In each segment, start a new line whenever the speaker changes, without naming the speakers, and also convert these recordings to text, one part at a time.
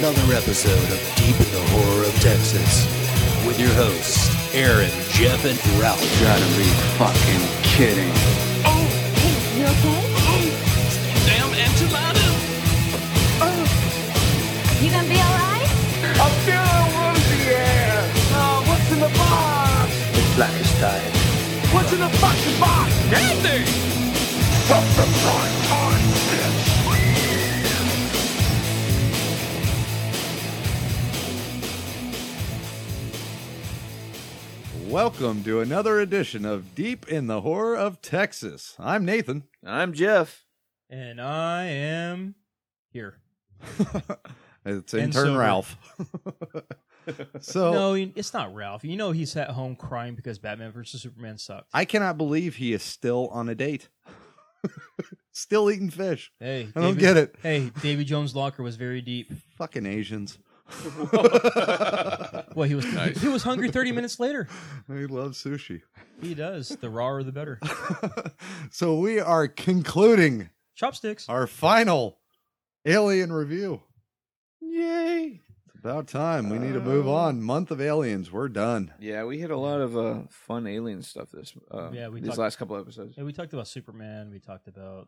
another episode of Deep in the Horror of Texas with your hosts, Aaron, Jeff, and Ralph.
gotta be fucking kidding.
Hey, hey, you okay? Hey,
damn enchilada.
you gonna be alright?
Welcome to another edition of Deep in the Horror of Texas. I'm Nathan.
I'm Jeff.
And I am here.
It's
And
intern
sober.
Ralph. so
No, it's not Ralph. You know he's at home crying because Batman versus Superman sucked.
I cannot believe he is still on a date. still eating fish.
hey,
I don't get it.
Hey, Davy Jones' locker was very deep.
Fucking Asians.
Well, he was he was hungry 30 minutes later.
They love sushi.
He does. The rawer the better.
So we are concluding
Chopsticks.
our final alien review. Yay. It's about time. We need to
Oh.
move on. Month of aliens. We're done.
Yeah, we hit a lot of uh, fun alien stuff this uh,
Yeah, we
these
talked-
last couple episodes.
Yeah, we talked about Superman. We talked about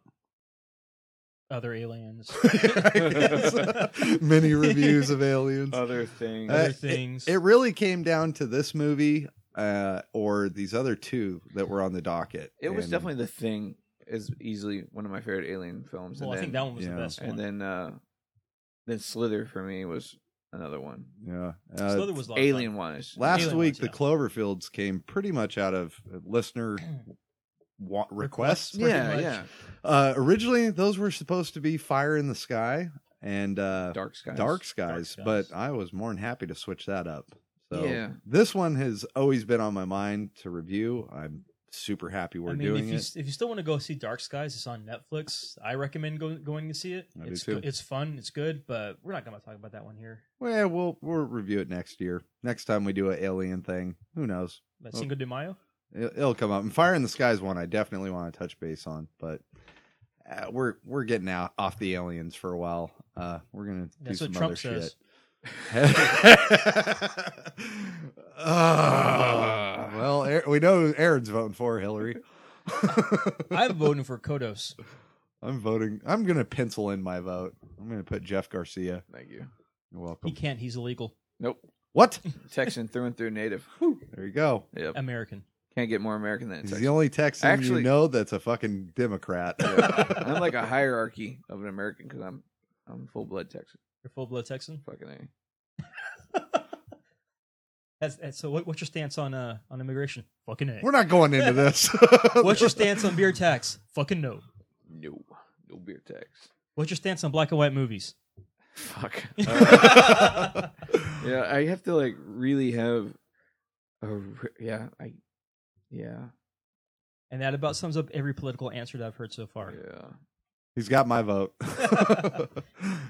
other aliens,
I guess. Many reviews of aliens.
Other things.
other
Uh,
things.
It really came down to this movie uh, or these other two that were on the docket.
it was
And
definitely the thing is easily one of my favorite alien films.
well,
and
I think
then,
that one was
yeah.
the best one.
And then uh, then Slither for me was another one.
yeah.
This
Uh,
other was a lot of fun.
Alien wise.
last
Alien
week,
ones,
the
yeah.
Cloverfields came pretty much out of listener wa- requests.
pretty
yeah,
much.
yeah.
Uh, originally, those were supposed to be Fire in the Sky and uh,
Dark Skies.
Dark Skies,
Dark
but
Skies.
I was more than happy to switch that up. So
Yeah.
this one has always been on my mind to review. I'm super happy we're
I mean,
doing
if you,
it.
s- If you still want to go see Dark Skies, it's on Netflix. I recommend go, going to see it.
I do
it's
too.
go- it's fun, it's good, but we're not going to talk about that one here.
Well, we'll we'll review it next year. Next time we do an alien thing, who knows?
But
Oh.
Cinco de Mayo.
It, it'll come up. And Fire in the Sky is one I definitely want to touch base on, but uh, we're we're getting out off the aliens for a while. Uh, we're gonna
That's
do
what
some
Trump
other
says.
shit. Ah, well, Aaron- we know Aaron's voting for Hillary.
I'm voting for Kodos.
I'm voting. I'm gonna pencil in my vote. I'm gonna put Jeff Garcia.
Thank you.
He
You're welcome.
can't. He's illegal.
Nope.
What?
Texan through and through native.
There you go.
Yep.
American.
Can't get more American than a
He's
Texan.
the only Texan
Actually-
you know that's a fucking Democrat.
I'm like a hierarchy of an American because I'm I'm full blood Texan.
You're full blood Texan.
Fucking A.
That's, that's, so, what, what's your stance on uh, on immigration? Fucking A.
We're not going into this.
What's your stance on beer tax? Fucking no.
No, no beer tax.
What's your stance on black and white movies?
Fuck.
Uh.
yeah, I have to like really have a re- yeah, I yeah,
And that about sums up every political answer that I've heard so far.
yeah.
He's got my vote,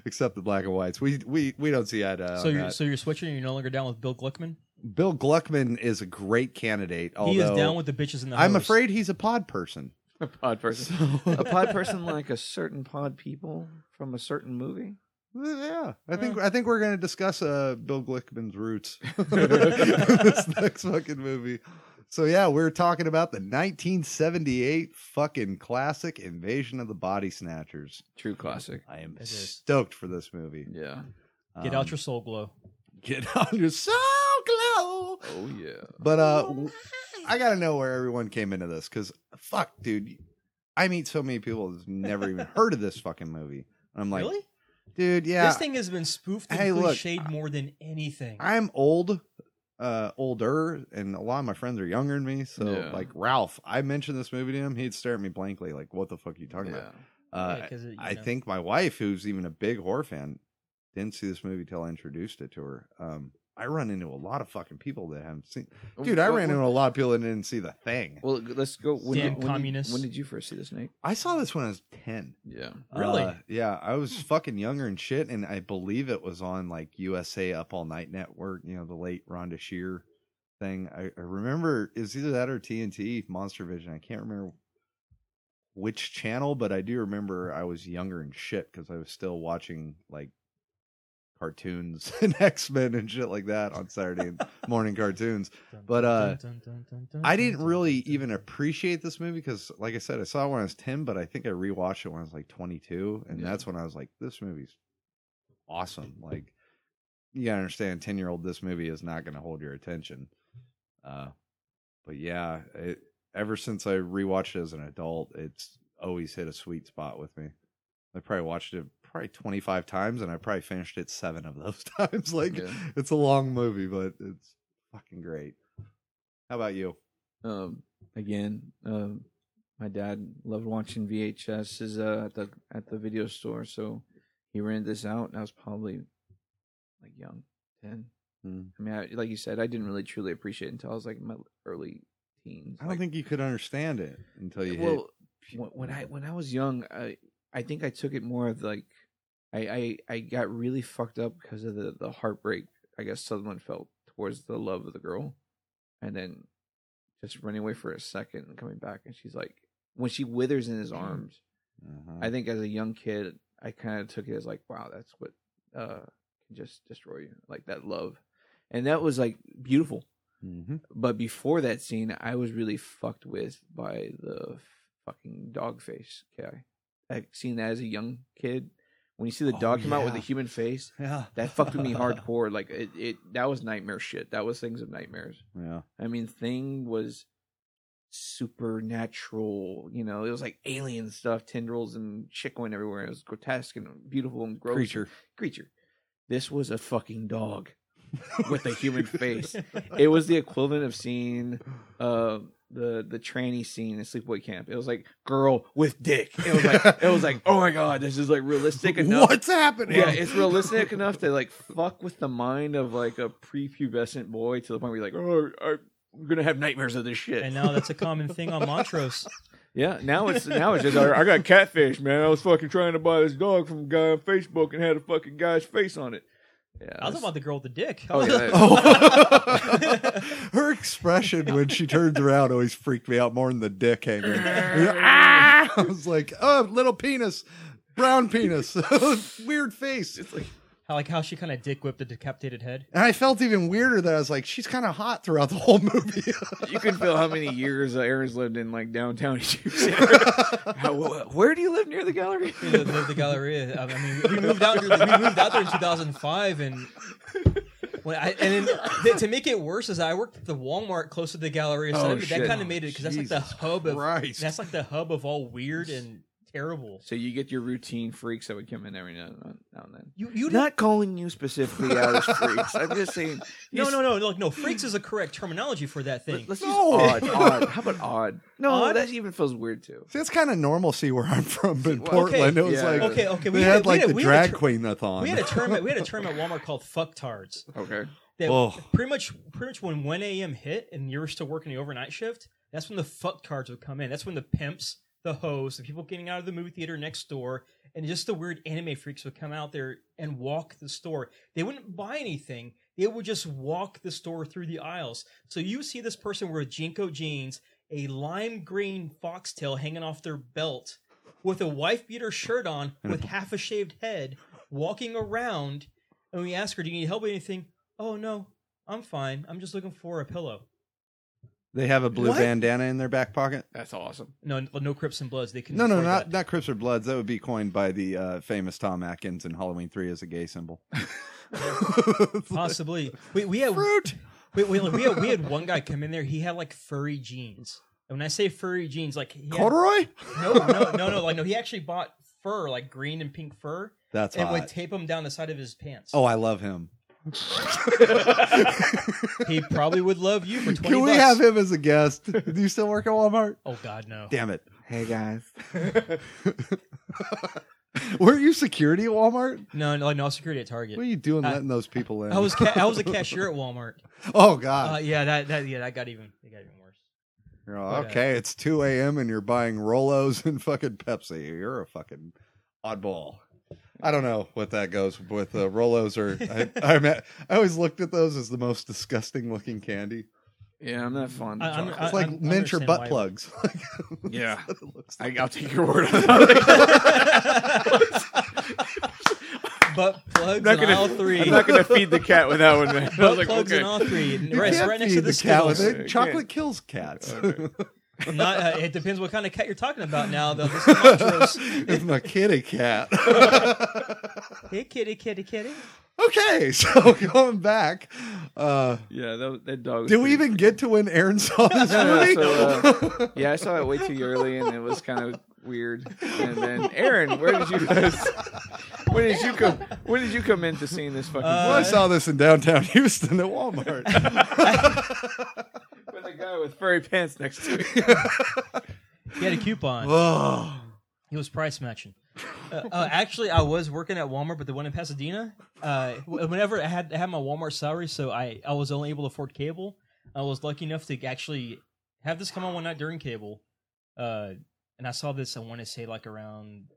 except the black and whites. We we we don't see eye to eye.
so
on
you're
that.
so you're switching. and You're no longer down with Bill Gluckman.
Bill Gluckman is a great candidate. Although
he is down with the bitches in the.
I'm
hose.
afraid he's a pod person.
A pod person. a pod person like a certain pod people from a certain movie.
Yeah, I think I think we're going to discuss uh, Bill Gluckman's roots in this next fucking movie. So yeah, we're talking about the 1978 fucking classic Invasion of the Body Snatchers.
True classic.
I am
It is.
stoked for this movie.
Yeah.
Get
Um,
out your soul glow.
get out your so glow.
Oh yeah.
But uh, w- I gotta know where everyone came into this because fuck, dude, I meet so many people that's never even heard of this fucking movie. And I'm like,
really?
dude, yeah,
This thing has been spoofed and
Hey, look,
cliched more than anything.
I'm old, uh, older, and a lot of my friends are younger than me. So
Yeah.
like Ralph, I mentioned this movie to him, he'd stare at me blankly, like, what the fuck are you talking
Yeah.
about? Uh,
Yeah, 'cause it- you
I
know.
think my wife, who's even a big horror fan, didn't see this movie till I introduced it to her. Um, I run into a lot of fucking people that haven't seen. Dude, I
Well,
ran
well-
into a lot of people that didn't see the thing.
Well, let's go. When
Damn
did, when, did,
communists.
when did you first see this, Nate?
I saw this when I was ten.
Yeah.
Really?
Uh, yeah, I was fucking younger and shit, and I believe it was on like USA Up All Night Network. You know, the late Rhonda Shear thing. I, I remember it was either that or TNT Monster Vision. I can't remember which channel, but I do remember I was younger and shit because I was still watching like cartoons and X Men and shit like that on Saturday morning cartoons.
Dun,
But,
dun,
uh,
dun, dun, dun, dun,
Mm-hmm.
dun,
I didn't
dun,
really
dun,
even
dun.
appreciate this movie because, like I said, I saw it when I was 10, but I think I rewatched it when I was like 22. And
Yeah.
that's when I was like, this movie's awesome. Like, you gotta understand, 10 year old, this movie is not gonna hold your attention. Uh, but yeah, it, ever since I rewatched it as an adult, it's always hit a sweet spot with me. I probably watched it probably 25 times and I probably finished it seven of those times. Like,
Yeah.
it's a long movie, but it's fucking great. How about you?
um, again, um, my dad loved watching VHSs uh, at the at the video store, so he rented this out, and I was probably like young, ten.
Hmm.
I mean, I, like you said, I didn't really truly appreciate it until I was like in my early teens.
I don't
like,
think you could understand it until you hit.
well, when, when I when I was young, I I think I took it more of like I I, I got really fucked up because of the the heartbreak I guess Sutherland felt towards the love of the girl, and then just running away for a second and coming back, and she's like when she withers in his
Mm-hmm.
arms.
Uh-huh.
I think as a young kid, I kind of took it as like, wow, that's what uh can just destroy you, like that love, and that was like beautiful
Mhm.
but before that scene, I was really fucked with by the fucking dog face guy. I've seen that as a young kid. When you see the
Oh,
dog come out with a
yeah.
human face,
Yeah,
that fucked with me hardcore. Like it, it, that was nightmare shit. That was things of nightmares.
Yeah,
I mean, thing was supernatural. You know, it was like alien stuff, tendrils and shit going everywhere. It was grotesque and beautiful and gross.
creature
creature. This was a fucking dog with a human face. It was the equivalent of seeing uh, the the tranny scene in Sleepaway Camp. It was like girl with dick. It was like it was like oh my god, this is like realistic enough.
What's happening?
Yeah, it's realistic enough to like fuck with the mind of like a prepubescent boy to the point where you're like, oh, I'm gonna have nightmares of this shit.
And now that's a common thing on Montrose.
Yeah, now it's now it's just like, I got catfish, man. I was fucking trying to buy this dog from a guy on Facebook and had a fucking guy's face on it. Yeah,
I was
that's-
talking about the girl with the dick.
Oh, yeah, that-
Oh. Her expression when she turns around always freaked me out more than the dick hanging. Ah! I was like, oh, little penis, brown penis, weird face. It's like,
I like how she kind of dick whipped the decapitated head.
and I felt even weirder that I was like, she's kind of hot throughout the whole movie.
You can feel how many years uh, Aaron's lived in like downtown Houston. How- wh- where do you live near the gallery?
The, the, the Galleria. I mean, we moved out. We moved out there in 2005, and when I and then th- to make it worse is I worked at the Walmart close to the Galleria. So
Oh,
that,
shit.
kind of made it because that's like the
Jesus
hub of
Christ.
that's like the hub of all weird and terrible.
So you get your routine freaks that would come in every now and, now and then.
You you
Not calling you specifically out as freaks. I'm just saying.
no no no no no freaks is the correct terminology for that thing.
Let's
No.
use odd. Odd. How about odd? No,
Odd?
that even feels weird too.
See, it's kind of normal. See where I'm from, but in
well, okay,
Portland, it was
yeah.
like
okay okay
they had
we
like
had,
the
we had a
drag
ter-
queen a thon.
We had a term at, we had a term at Walmart called fucktards.
Okay.
That
Oh.
pretty much pretty much when 1 a.m. hit and you were still working the overnight shift, that's when the fucktards would come in. That's when the pimps, the hoes, the people getting out of the movie theater next door, and just the weird anime freaks would come out there and walk the store. They wouldn't buy anything. They would just walk the store through the aisles. So you see this person wear Jinko jeans, a lime green foxtail hanging off their belt, with a wife beater shirt on, with half a shaved head, walking around. And we ask her, "Do you need help with anything?" Oh no, I'm fine. I'm just looking for a pillow.
They have a blue
What?
bandana in their back pocket.
That's awesome.
No, no Crips and Bloods. They can
No, no,
afford
not
that.
not Crips or Bloods. That would be coined by the uh, famous Tom Atkins in Halloween Three as a gay symbol.
possibly. We we had
Fruit.
we, we, we had we had one guy come in there. He had like furry jeans. And when I say furry jeans, like he had,
Corduroy.
no, no, no, no, like no, he actually bought fur, like green and pink fur,
That's
and would
hot.
tape them down the side of his pants.
oh, I love him.
he probably would love you for twenty.
Can we
bucks.
have him as a guest? Do you still work at Walmart?
Oh God, no.
Damn it!
Hey guys.
Weren't you security at Walmart?
No, no, no security at Target.
What are you doing,
I-
letting those people in?
I was ca- I was a cashier at Walmart.
oh
Uh,
God!
yeah, that, that yeah that got even it got even worse.
You're
but,
all,
uh,
okay, it's two a.m. and you're buying Rolos and fucking Pepsi. You're a fucking oddball. I don't know what that goes with. Uh, Rolos are. I, I'm at- I always looked at those as the most disgusting looking candy.
Yeah, I'm not fond.
I- I'm-
Of
It's
chocolate.
like
I
miniature
understand
butt
why-
plugs.
yeah.
That's what it looks
I, I'll take your word on that.
butt plugs
not
in
gonna-
all three.
I'm not gonna feed the cat with that one, man. I
butt
was like,
plugs in all
okay.
three. And
You
right, it's
can't
right next
feed
to the,
cat with
Skittles.
it.
You
Chocolate
can't.
kills cats.
Not, uh, it depends what kind of cat you're talking about now, though. This is monstrous.
it's my kitty cat.
hey, kitty, kitty, kitty.
okay, so going back, uh,
Yeah, that, that dog. was
did we
pretty-
even get to when Aaron saw this
No, no,
movie?
so, uh, yeah, I saw it way too early, and it was kind of weird. And then, Aaron, where did you guys? When did you come? When did you come into seeing this fucking?
Uh,
Well, I saw this in downtown Houston at Walmart.
book with a guy with furry pants next to me.
He had a coupon.
oh,
He was price matching. Uh, uh, actually, I was working at Walmart, but the one in Pasadena. Uh, wh- whenever I had I had my Walmart salary, so I I was only able to afford cable. I was lucky enough to actually have this come on one night during cable, uh, and I saw this. I want to say like around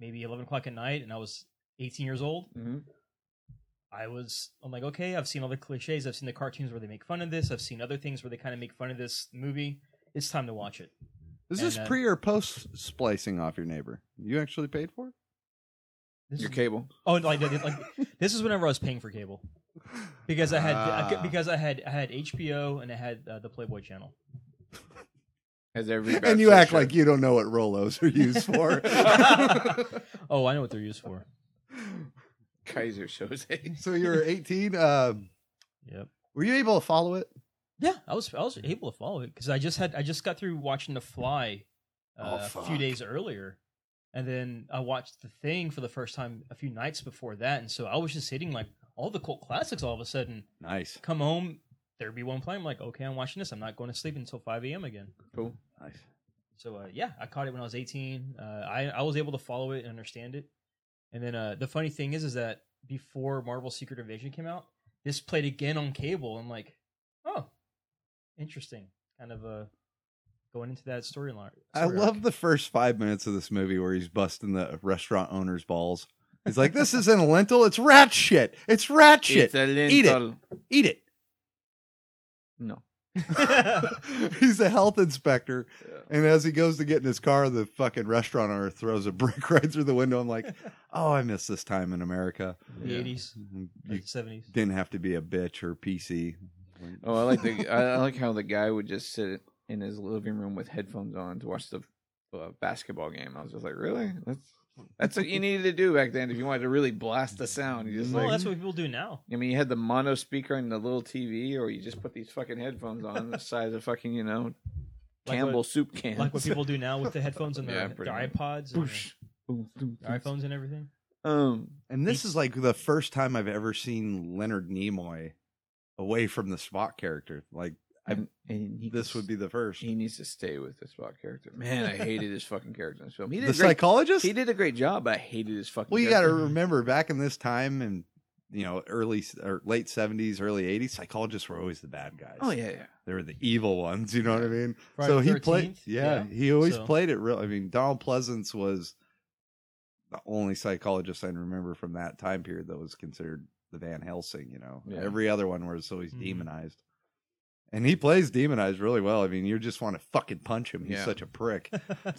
maybe eleven o'clock at night, and I was eighteen years old.
Mm-hmm.
I was I'm like, okay, I've seen all the cliches. I've seen the cartoons where they make fun of this. I've seen other things where they kind of make fun of this movie. It's time to watch it.
is
And,
this
uh,
pre or post splicing off your neighbor? You actually paid for it?
This
Your
is-
cable.
Oh, like, like this is whenever I was paying for cable because I had I
Ah.
could- because I had I had HBO and I had uh, the Playboy Channel.
As every
and you act like you don't know what Rolos are used for.
Oh, I know what they're used for.
Kaiser shows.
so you were 18. Um,
Yep.
were you able to follow it?
Yeah, I was I was able to follow it because I just had I just got through watching The Fly uh,
Oh,
a
fuck.
few days earlier, and then I watched The Thing for the first time a few nights before that, and so I was just hitting like all the cult classics all of a sudden.
Nice.
Come home, there'd be one playing. I'm like, okay, I'm watching this. I'm not going to sleep until 5 a.m. again.
Cool.
Nice.
So uh, yeah, I caught it when I was 18. Uh, I I was able to follow it and understand it. And then uh, the funny thing is, is that before Marvel Secret Invasion came out, this played again on cable. I'm like, oh, interesting. Kind of uh, going into that storyline.
I
story
love
arc.
the first five minutes of this movie where he's busting the restaurant owner's balls. He's like, "This isn't a lentil. It's rat shit. It's rat shit.
It's a
Eat it.
lentil.
Eat it."
No.
he's a health inspector, and as he goes to get in his car, the fucking restaurant owner throws a brick right through the window. I'm like, "Oh, I miss this time in America.
the
Yeah.
80s, or the
You
70s.
didn't have to be a bitch or PC."
Oh, I like the. I I like how the guy would just sit in his living room with headphones on to watch the uh, basketball game. I was just like, really? That's that's what you needed to do back then if you wanted to really blast the sound. You just
Well,
like.
that's what people do now.
I mean, you had the mono speaker and the little TV, or you just put these fucking headphones on the size of fucking you know
Like
Campbell
what-
soup cans.
Like what people do now with the headphones and
Yeah,
their,
pretty
their
much.
iPods and
Boosh. Boom, boom,
their
boom.
iPhones and everything.
Um,
And this is like the first time I've ever seen Leonard Nimoy away from the Spock character. Like
I'm, and he
this would be the first.
He needs to stay with the Spock character. Man, I hated his fucking character in this film. He did
the
a great,
psychologist.
He did a great job. but I hated his fucking.
Well, you got
character.
to remember back in this time and you know early or late seventies, early eighties, psychologists were always the bad guys.
Oh yeah, yeah.
they were the evil ones. You know what I mean?
Friday
so he
13th,
played. Yeah, he always
so-
played it real. I mean, Donald Pleasance was the only psychologist I remember from that time period that was considered the Van Helsing. You know,
Yeah. Mm-hmm.
every other one was always
Mhm.
demonized. And he plays demonized really well. I mean, you just want to fucking punch him. He's
Yeah.
such a prick.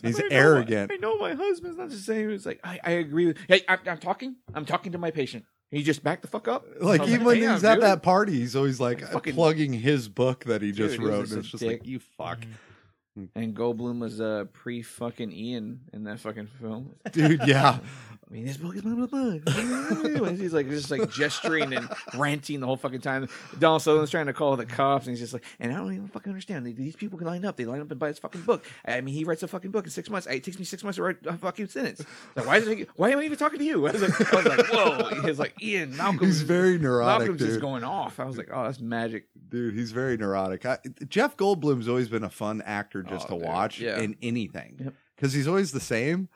He's
I know my-
arrogant.
I know my husband's not the same. It's like I, I agree with. Hey, I'm, I'm talking. I'm talking to my patient. Can you just back the fuck up?
Like
I was
even when
"Damn,
he's at
dude."
that party, he's always like
Like, fucking-
plugging his book that he just
Dude, he's
wrote.
just
and
a
it's just
dick.
like you fuck,
Mhm.
And Goldblum was uh, pre fucking Ian in that fucking film.
dude. Yeah,
I mean, this book is blah blah blah. he's like just like gesturing and ranting the whole fucking time. Donald Sutherland's trying to call the cops, and he's just like, "And I don't even fucking understand. These people can line up. They line up and buy his fucking book. I mean, he writes a fucking book in six months. It takes me six months to write a fucking sentence. So why is it? Why am I even talking to you? I was like, I was like whoa. He's like Ian Malcolm.
he's very neurotic,
Malcolm's just
dude.
going off. I was like, oh, that's magic.
dude, he's very neurotic. I, Jeff Goldblum's always been a fun actor just to
Oh, dude,
watch
yeah.
in anything
Yep.
because he's always the same,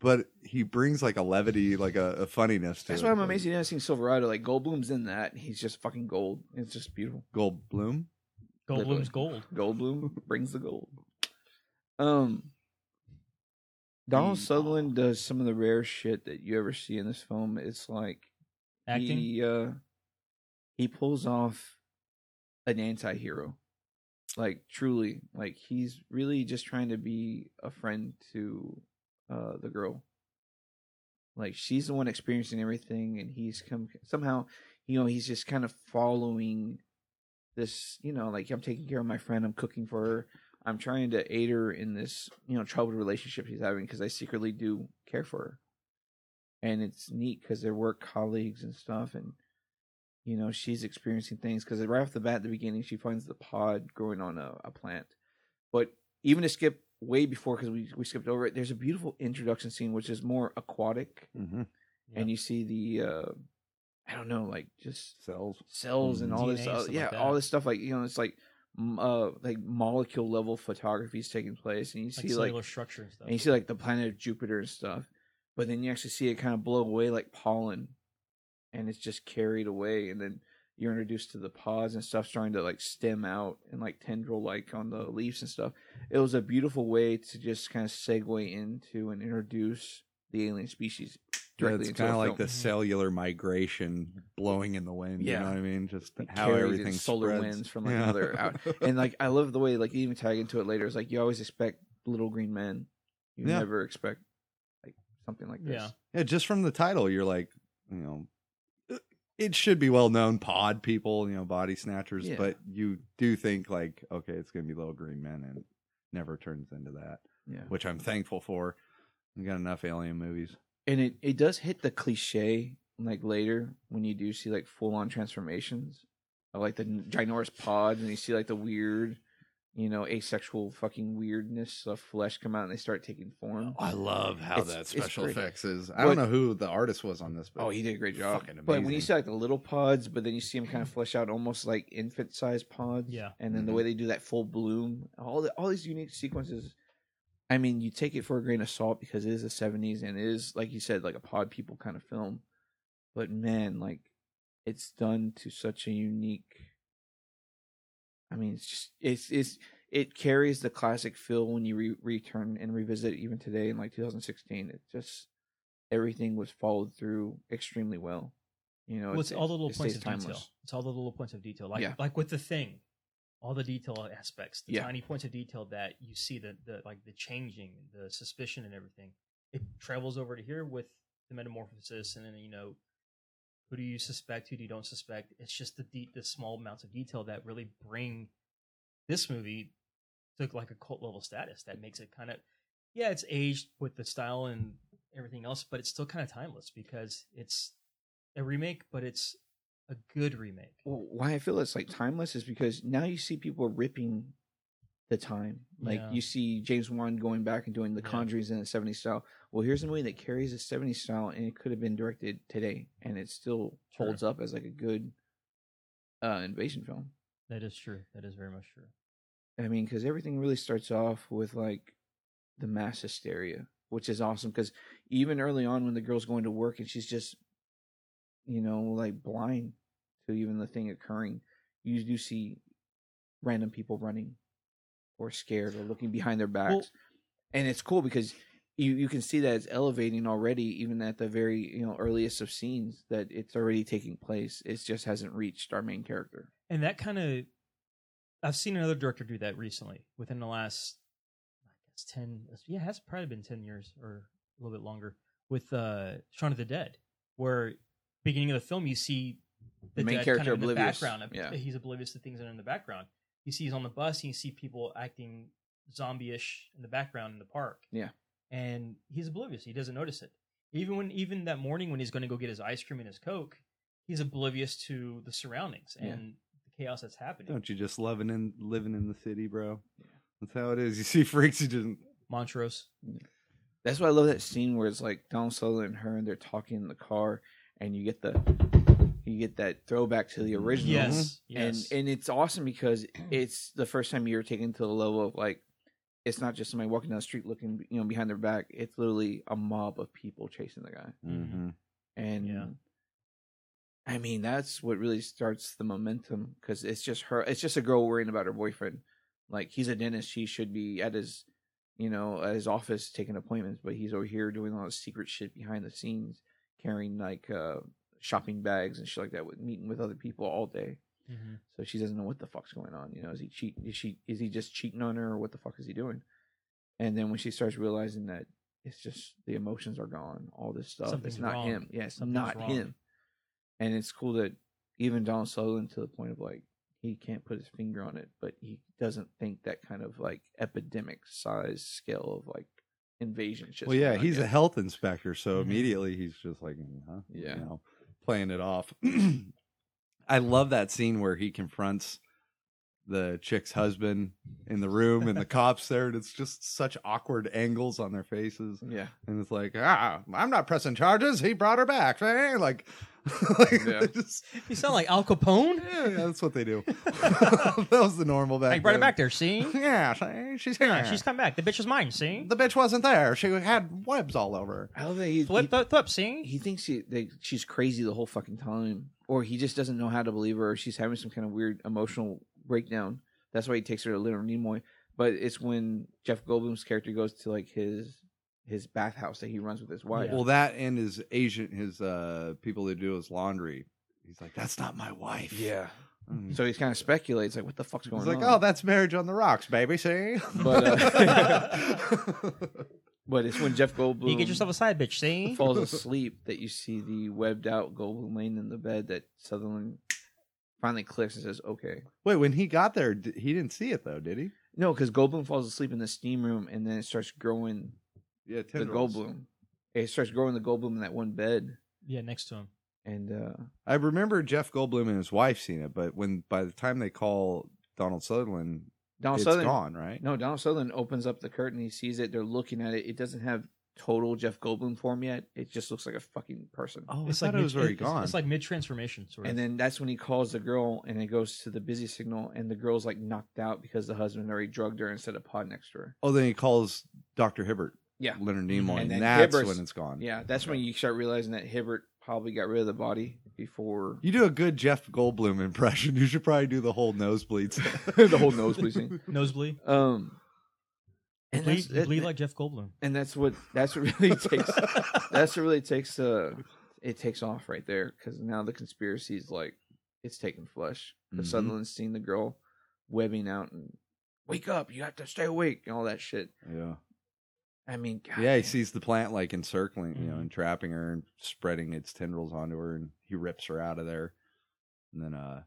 but he brings like a levity, like a, a funniness to
That's
it.
why I'm amazed you didn't see Silverado. Like Goldblum's in that. and He's just fucking gold. It's just beautiful.
Goldblum.
Goldblum's
Literally.
gold.
Goldblum brings the gold. Um, Donald Sutherland does some of the rare shit that you ever see in this film. It's like
Acting.
he uh, he pulls off an anti-hero. Like truly, like he's really just trying to be a friend to uh the girl. Like she's the one experiencing everything, and he's come somehow. You know, he's just kind of following this. You know, like I'm taking care of my friend. I'm cooking for her. I'm trying to aid her in this. You know, troubled relationship she's having because I secretly do care for her. And it's neat because they're work colleagues and stuff, and you know she's experiencing things because right off the bat at the beginning she finds the pod growing on a, a plant but even to skip way before because we, we skipped over it there's a beautiful introduction scene which is more aquatic
Mm-hmm.
and you see the uh i don't know like just
Cells.
cells and all this
DNA,
uh,
stuff like
yeah
that.
all this stuff like you know it's like m- uh like molecule level photography is taking place and you
like
see like
cellular structure and stuff.
and you see like the planet of Jupiter and stuff, but then you actually see it kind of blow away like pollen, and it's just carried away, and then you're introduced to the pods and stuff starting to like stem out and like tendril like on the leaves and stuff. It was a beautiful way to just kind of segue into and introduce the alien species directly
It's
into
kind of like
film.
the cellular migration blowing in the wind. You
Yeah.
know what I mean? Just
Like,
how
carried in
everything
solar
spreads.
winds from like another out- and like I love the way like you even tag into it later. It's like you always expect little green men, you
Yeah.
never expect like something like this.
Yeah.
Yeah, just from the title, you're like, you know, uh, it should be well known pod people, you know, body snatchers,
Yeah.
but you do think like, okay, it's going to be little green men and it never turns into that,
Yeah.
which I'm thankful for. We got enough alien movies.
and it, it does hit the cliche like later when you do see like full on transformations of like the ginormous pods and you see like the weird you know asexual fucking weirdness of flesh come out and they start taking form
I love how
It's-
that
it's
special
great.
effects is. I don't
But-
know who the artist was on this, but
oh he did a great job
Fucking
but when you
amazing.
see like the little pods but then you see them kind of flesh out almost like infant sized pods
Yeah.
and then the
Mhm.
way they do that full bloom all the, all these unique sequences i mean you take it for a grain of salt because it is the 70s and it is like you said like a pod people kind of film but man like it's done to such a unique i mean it's just it's it's it carries the classic feel when you re- return and revisit it even today in like 2016 it just everything was followed through extremely well you know
Well, it's
it-
all the little
it
points
stays
of detail. It's all the little points of detail, like
Yeah.
like with the thing, all the detail aspects, the
Yeah.
tiny points of detail that you see the the like the changing, the suspicion, and everything. It travels over to here with the metamorphosis, and then you know who do you suspect, who do you don't suspect. It's just the deep, the small amounts of detail that really bring this movie to like a cult level status. That makes it kind of yeah, it's aged with the style and everything else, but it's still kind of timeless because it's a remake, but it's a good remake.
well, why I feel it's like timeless is because now you see people ripping the time. Like
Yeah.
you see James Wan going back and doing the
Yeah.
conjuries in the 70s style. Well, here's a movie that carries a 70s style and it could have been directed today and it still
True.
holds up as like a good uh invasion film.
That is true. That is very much true.
I mean, because everything really starts off with like the mass hysteria, which is awesome. Because even early on, when the girl's going to work and she's just, you know, like blind to even the thing occurring, you do see random people running or scared or looking behind their backs.
Well-
and it's cool because you, you can see that it's elevating already, even at the very, you know, earliest of scenes that it's already taking place. It just hasn't reached our main character.
And that kind of, I've seen another director do that recently within the last, I guess, 10, yeah, it has probably been 10 years or a little bit longer with uh, Shaun of the Dead, where beginning of the film, you see
The main
dead
character
kind of in the
oblivious.
background.
Yeah.
He's oblivious to things that are in the background. You see he's on the bus and you see people acting zombie-ish in the background in the park.
Yeah.
And he's oblivious. He doesn't notice it. Even when, even that morning when he's going to go get his ice cream and his Coke, he's oblivious to the surroundings
Yeah.
and the chaos that's happening.
don't you just loving in living in the city, bro? That's how it is. You see freaks, you didn't.
Montrose.
That's why I love that scene where it's like Donald Sutherland and her and they're talking in the car and you get the you get that throwback to the original.
Yes. Yes.
And and it's awesome because it's the first time you're taken to the level of like it's not just somebody walking down the street looking you know behind their back. It's literally a mob of people chasing the guy.
Mm-hmm.
And
Yeah.
I mean that's what really starts the momentum because it's just her it's just a girl worrying about her boyfriend. Like he's a dentist, he should be at his you know, at his office taking appointments, but he's over here doing all this secret shit behind the scenes, carrying like uh shopping bags and shit like that with meeting with other people all day.
Mhm.
So she doesn't know what the fuck's going on. You know, is he cheating? Is she? Is he just cheating on her, or what the fuck is he doing? And then when she starts realizing that it's just the emotions are gone. All this stuff.
Something's
it's not
wrong.
him. Yeah, it's
Something's
not
wrong.
him. And it's cool that even Donald Sutherland to the point of like he can't put his finger on it, but he doesn't think that kind of like epidemic size scale of like invasion. shit's
Well, yeah,
going on
he's
yet.
a health inspector, so
Mhm.
immediately he's just like, mm, huh?
Yeah.
you know, playing it off. I love that scene where he confronts the chick's husband in the room and the cops there, and it's just such awkward angles on their faces.
yeah.
And it's like, ah, I'm not pressing charges. He brought her back. Eh, Like, like
Yeah.
they just-
You sound like Al Capone.
yeah, yeah, that's what they do. that was the normal back.
I brought her
then.
back there. See,
Yeah, she- she's here.
Yeah, she's come back. The bitch is mine. See,
the bitch wasn't there. She had webs all over. her.
I love that he,
flip,
he,
flip, flip. See,
he thinks he, they, she's crazy the whole fucking time, or he just doesn't know how to believe her, or she's having some kind of weird emotional breakdown. That's why he takes her to Leonard Nimoy. But it's when Jeff Goldblum's character goes to like his his bathhouse that he runs with his wife.
Well, that and his agent, his uh people that do his laundry. He's like, that's not my wife.
yeah.
Mm.
So he's kind of speculates like, what the fuck's going
He's like,
on?
oh, that's marriage on the rocks, baby. See.
But, uh, But it's when Jeff Goldblum
you get yourself a side bitch. See,
falls asleep that you see the webbed out Goldblum laying in the bed that Sutherland finally clicks and says, okay.
Wait, when he got there, d- he didn't see it though, did he?
No, because Goldblum falls asleep in the steam room and then it starts growing
Yeah,
the Goldblum. It starts growing the Goldblum in that one bed,
yeah, next to him.
and uh,
I remember Jeff Goldblum and his wife seeing it, but when by the time they call Donald Sutherland,
Donald
it's
Sutherland.
gone, right?
No, Donald Sutherland opens up the curtain. He sees it. They're looking at it. It doesn't have total Jeff Goldblum form yet. It just looks like a fucking person.
Oh, I thought it was
mid-
already
it's-
gone.
It's like mid transformation, sort of.
And then that's when he calls the girl, and it goes to the busy signal, and the girl's like knocked out because the husband already drugged her and set a pod next to her.
oh, then he calls Doctor Hibbert,
Yeah,
Leonard Nimoy,
And
and,
then
that's
Hibbert's-
when it's gone.
yeah. That's when you start realizing that Hibbert probably got rid of the body before
You do a good Jeff Goldblum impression. You should probably do the whole nosebleeds.
the whole nosebleed thing.
nosebleed.
Um, and
bleed,
that's, that-
bleed like Jeff Goldblum.
and that's what that's what really takes that's what really takes uh it takes off right there because now the conspiracy's like it's taking flesh the
Mhm.
sutherland's seeing the girl webbing out and wake up you have to stay awake and all that shit
yeah.
i mean God,
Yeah, he
man.
sees the plant like encircling, you
Mm-hmm.
know,
Mhm.
entrapping her and spreading its tendrils onto her, and he rips her out of there. And then, uh,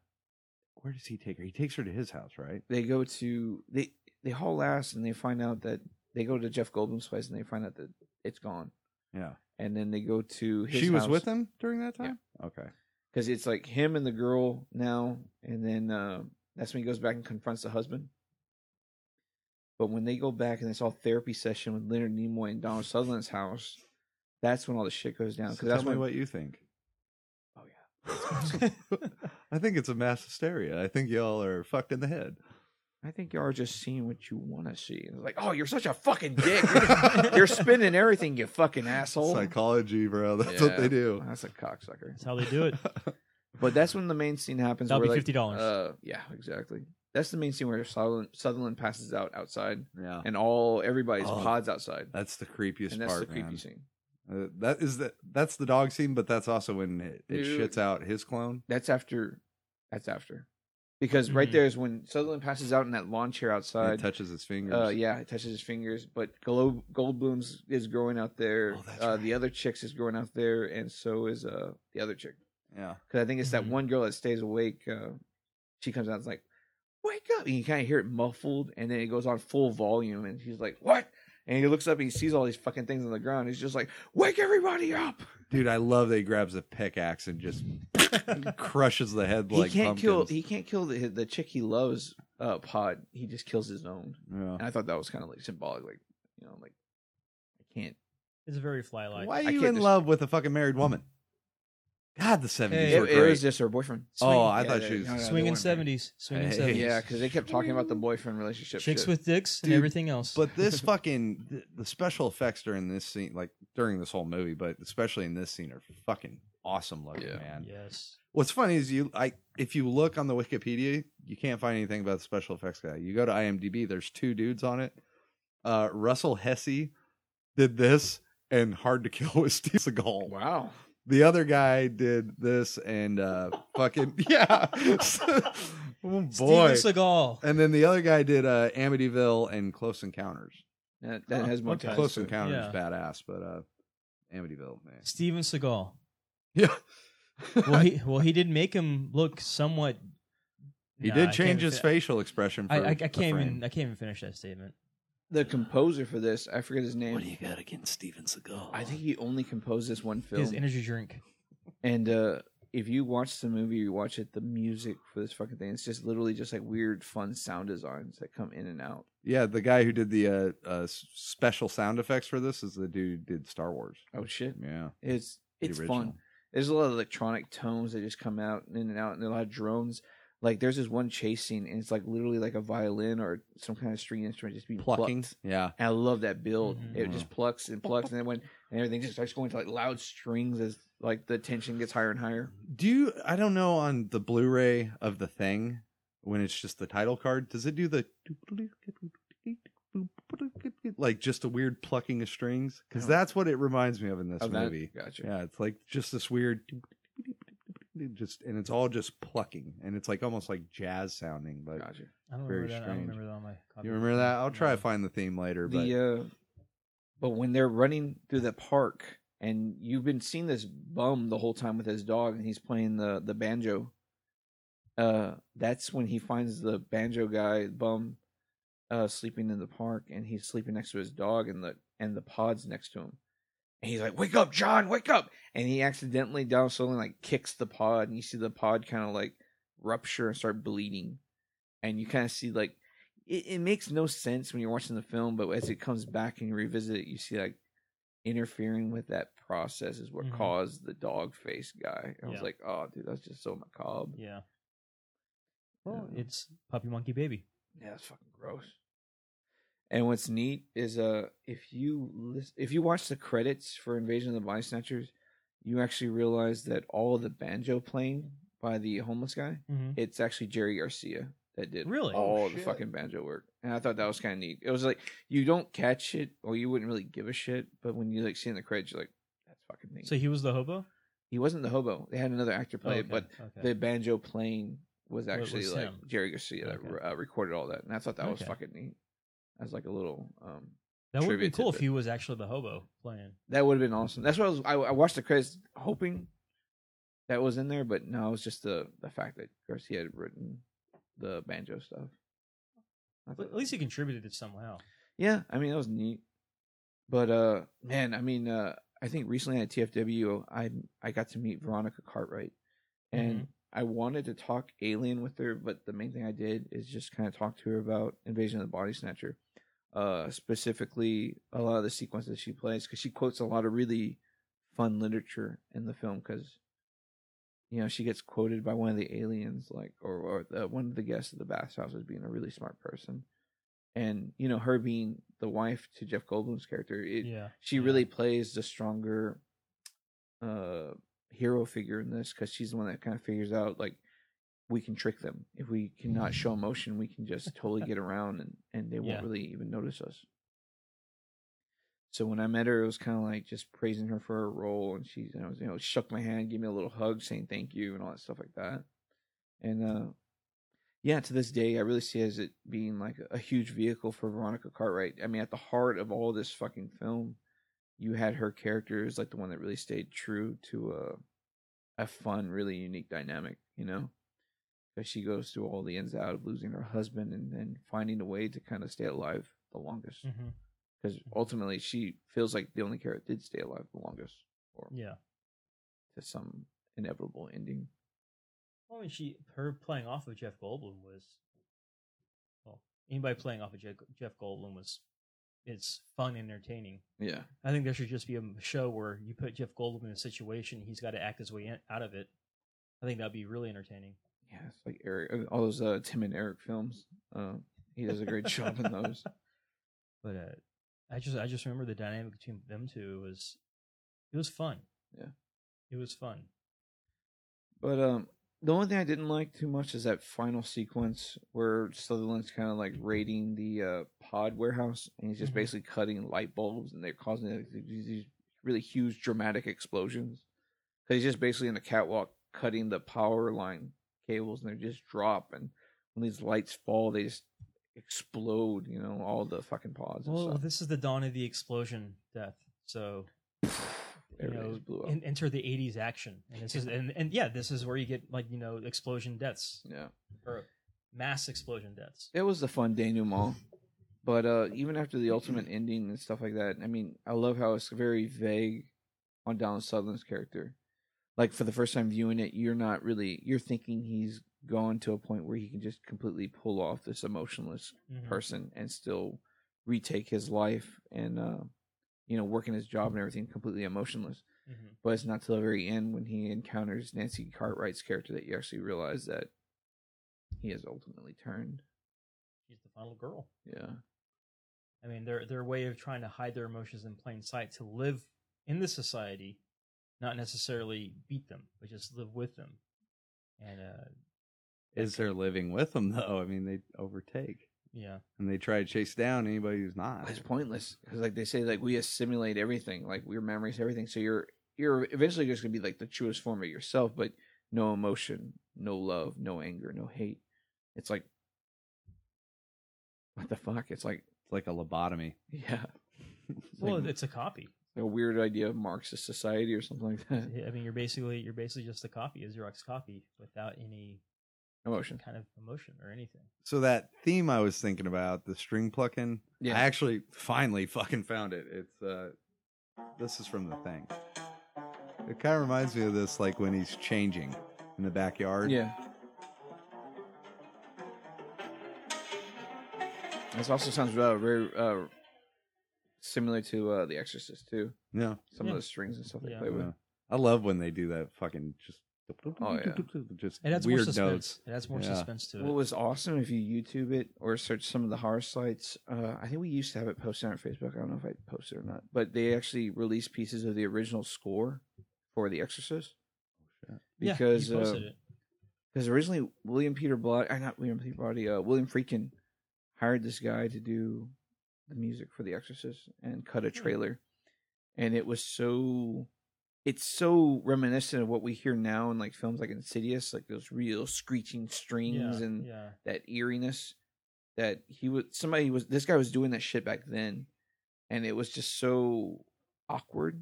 where does he take her? He takes her to his house, right?
they go to they they haul ass and they find out that they go to jeff goldblum's place and they find out that it's gone
Yeah.
and then they go to his
she was
house.
with him during that time? Okay.
because it's like him and the girl now, and then uh, that's when he goes back and confronts the husband. But when they go back and it's all therapy session with Leonard Nimoy and Donald Sutherland's house, that's when all the shit goes
So
down. Because
tell
that's
me
when
what you think.
Oh,
yeah. I think it's a mass hysteria. I think y'all are fucked in the head.
I think y'all are just seeing what you want to see. And it's like, oh, you're such a fucking dick. You're, you're spinning everything, you fucking asshole.
Psychology, bro. That's what
Yeah.
they do.
That's a cocksucker.
That's how they do it.
But that's when the main scene happens.
That'll
where,
be $50.
like, Uh, yeah, exactly. That's the main scene where Sutherland, Sutherland passes out outside,
Yeah.
and all everybody's
Oh.
pods outside.
That's the creepiest
and that's
part,
the creepy
man.
scene.
Uh, that is the that's the dog scene, but that's also when it, it
Dude.
shits out his clone.
That's after. That's after, because right
Mhm.
there is when Sutherland passes out in that lawn chair
Mm-hmm. and
outside.
it touches his fingers.
uh, yeah, it touches his fingers, but Gold, Goldblum's is growing out there.
Oh, that's
uh,
right.
The other chick's is growing out there, and so is uh the other chick.
yeah.
Because I think it's that
Mhm.
Mm-hmm.
one girl that stays awake. Uh, she comes out and's like, "Wake up!" And you kind of hear it muffled, and then it goes on full volume, and she's like, "What?" And he looks up and he sees all these fucking things on the ground. He's just like, "Wake everybody up!"
Dude, I love that he grabs a pickaxe and just crushes the head
he
like
can't
pumpkins.
kill he can't kill the the chick he loves uh pod he just kills his own
Yeah.
and i thought that was kind of like symbolic like you know like i can't
It's very fly like.
Why
I
are you
can't
in
just-
love with a fucking married woman? God, the seventies
Hey,
were
it,
great.
it was just her boyfriend
oh, I
Yeah,
thought
yeah,
she was.
no, no, they
swinging
weren't married.
seventies, swinging
Hey.
seventies.
yeah because they kept talking about the boyfriend relationship
chicks
shit.
with dicks
Dude,
and everything else.
But this fucking th- the special effects during this scene, like during this whole movie, but especially in this scene, are fucking awesome looking,
Yeah.
man.
yes,
What's funny is you, I if you look on the Wikipedia, you can't find anything about the special effects guy. You go to IMDb, there's two dudes on it. Uh, Russell Hesse did this, and Hard to Kill with Steve Seagal.
Oh, wow
The other guy did this, and uh, fucking yeah, oh, boy.
Steven Seagal.
And then the other guy did uh, Amityville and Close Encounters.
That, that
Huh,
has more
okay.
ties
Close
to it.
Encounter is
Yeah.
badass, but uh, Amityville, man.
Steven Seagal.
Yeah.
Well, he well he did make him look somewhat.
He
Nah, I
did
can't
change
even
his
fi-
facial expression. For
I, I, I
a
can't
frame.
even I can't even finish that statement.
The composer for this, I forget his name.
What do you got against Steven Seagal?
I think he only composed this one film.
His energy drink.
And uh, if you watch the movie, you watch it. The music for this fucking thing, it's just literally just like weird, fun sound designs that come in and out.
Yeah, the guy who did the uh, uh, s- special sound effects for this is the dude who did Star Wars.
Oh shit!
Yeah,
It's
the
it's
original.
fun. There's a lot of electronic tones that just come out and in and out, and a lot of drones. Like there's this one chase scene, and it's like literally like a violin or some kind of string instrument just being
Plucking.
plucked.
Yeah,
And I love that build.
Mhm.
It just plucks and plucks, and then when and everything just starts going to like loud strings as like the tension gets higher and higher.
Do you? I don't know on the Blu-ray of the thing when it's just the title card. Does it do the like just a weird plucking of strings? Because that's what it reminds me of in this
Of that-
movie.
Gotcha.
Yeah, it's like just this weird, just and it's all just plucking, and it's like almost like jazz sounding. But
Gotcha.
I don't
Very
remember that. I don't
strange.
remember that on my. Copy.
you remember that? I'll try
No.
to find the theme later. But
the uh, but when they're running through the park and you've been seeing this bum the whole time with his dog and he's playing the the banjo uh that's when he finds the banjo guy bum uh sleeping in the park and he's sleeping next to his dog and the and the pod's next to him and he's like wake up john wake up and he accidentally down slowly like kicks the pod and you see the pod kind of like rupture and start bleeding and you kind of see like it, it makes no sense when you're watching the film, but as it comes back and you revisit it, you see like interfering with that process is what
Mhm.
caused the dog face guy. I was
Yeah.
like, oh, dude, that's just so macabre. Yeah,
Yeah. Well, it's Puppy Monkey Baby.
that's fucking gross. And what's neat is uh, if you lis- if you watch the credits for Invasion of the Body Snatchers, you actually realize that all of the banjo playing by the homeless guy,
Mm-hmm.
it's actually Jerry Garcia that did
Really?
all
Oh,
the
shit.
fucking banjo work. And I thought that was kind of neat. It was like you don't catch it or you wouldn't really give a shit, but when you like see it in the credits, you're like, that's fucking neat.
So he was the hobo.
he wasn't the hobo. They had another actor play
Okay,
it, but
okay.
the banjo playing was
Well, it
actually
was
like
him.
Jerry Garcia that
Okay.
uh, recorded all that. And I thought that was
Okay.
fucking neat. As like a little um
that would be
tribute to
cool if
the-
he was actually the hobo playing.
that would have been awesome. That's what I was I, I watched the credits hoping that was in there, but no, it was just the the fact that Garcia had written the banjo stuff. I
But
thought-
at least he contributed it somehow.
Yeah, I mean that was neat. But uh man, I mean uh I think recently at TFW I I got to meet Veronica Cartwright and I wanted to talk alien with her, but the main thing I did is just kind of talk to her about Invasion of the Body Snatcher. Uh specifically a lot of the sequences she plays cuz she quotes a lot of really fun literature in the film cuz you know, she gets quoted by one of the aliens, like, or, or the, one of the guests at the bathhouse as being a really smart person. And, you know, her being the wife to Jeff Goldblum's character, it,
yeah.
she
yeah.
really plays the stronger uh, hero figure in this because she's the one that kind of figures out, like, we can trick them. If we cannot show emotion, we can just totally get around and, and they
Mm. Yeah.
won't really even notice us. So when I met her, it was kind of like just praising her for her role, and she, you know, you know, shook my hand, gave me a little hug, saying thank you, and all that stuff like that. And uh, yeah, to this day, I really see it as it being like a huge vehicle for Veronica Cartwright. I mean, at the heart of all this fucking film, you had her character as like the one that really stayed true to a a fun, really unique dynamic, you know. Because she goes through all the ins and out of losing her husband and then finding a way to kind of stay alive the longest
Mhm.
because ultimately she feels like the only carrot did stay alive the longest or
Yeah.
to some inevitable ending.
Well, I mean, she her playing off of Jeff Goldblum was, well, anybody playing off of Jeff, Jeff Goldblum was, it's fun and entertaining.
Yeah.
I think there should just be a show where you put Jeff Goldblum in a situation, he's got to act his way in, out of it. I think that'd be really entertaining.
Yeah. It's like Eric, all those uh, Tim and Eric films. Uh, he does a great job in those.
But uh, I just I just remember the dynamic between them two was, it was fun.
Yeah.
it was fun.
But um, the only thing I didn't like too much is that final sequence where Sutherland's kind of like raiding the uh, pod warehouse and he's just
Mhm.
basically cutting light bulbs and they're causing like, these these really huge dramatic explosions. Because he's just basically in the catwalk cutting the power line cables and they just drop. And when these lights fall, they just explode, you know, all the fucking paws and
Well,
stuff.
this is the dawn of the explosion death. So you
Everything
know,
just blew up.
en- enter the '80s action, and this is and, and yeah, this is where you get like you know explosion deaths
yeah.
or mass explosion deaths.
it was the fun denouement. But uh, even after the ultimate ending and stuff like that, I mean, I love how it's very vague on Donald Sutherland's character. Like for the first time viewing it, you're not really you're thinking he's gone to a point where he can just completely pull off this emotionless
Mhm.
person and still retake his life and uh, you know working his job and everything completely emotionless.
Mhm.
But it's not till the very end when he encounters Nancy Cartwright's character that you actually realize that he has ultimately turned.
She's the final girl.
Yeah.
I mean, their their way of trying to hide their emotions in plain sight to live in the society, not necessarily beat them, but just live with them. And uh,
Is there living with them though? I mean, they overtake
yeah,
and they try to chase down anybody who's not.
Um,
it's pointless because like they say like we assimilate everything like your memories everything so you're you're eventually just gonna be like the truest form of yourself but no emotion no love no anger no hate it's like what the fuck it's like
It's like a lobotomy.
yeah it's
well,
like
it's a copy.
a weird idea of marxist society or something like that
I mean, you're basically you're basically just a copy, a Xerox copy, without any
emotion
kind of emotion or anything.
So that theme I was thinking about, the string plucking,
Yeah.
I actually finally fucking found it. It's uh this is from the thing. It kind of reminds me of this like when he's changing in the backyard.
yeah this also sounds uh, very uh similar to uh the exorcist too
Yeah.
some
Yeah.
of the strings and stuff they
Yeah.
play with
Yeah. I love when they do that fucking just
Oh, yeah.
just
It adds more
weird
suspense.
notes.
It adds more
Yeah.
suspense to it.
What was awesome if you YouTube it or search some of the horror sites. Uh, I think we used to have it posted on Facebook. I don't know if I posted it or not, but they actually released pieces of the original score for The Exorcist
Yeah, you
because uh,
posted it.
because originally William Peter Blatty, I not William Peter Blatty, uh, William Freakin hired this guy to do the music for The Exorcist and cut
Hmm.
a trailer, and it was so, it's so reminiscent of what we hear now in like films like Insidious, like those real screeching strings
yeah,
and
yeah,
that eeriness that he was somebody was this guy was doing that shit back then, and it was just so awkward.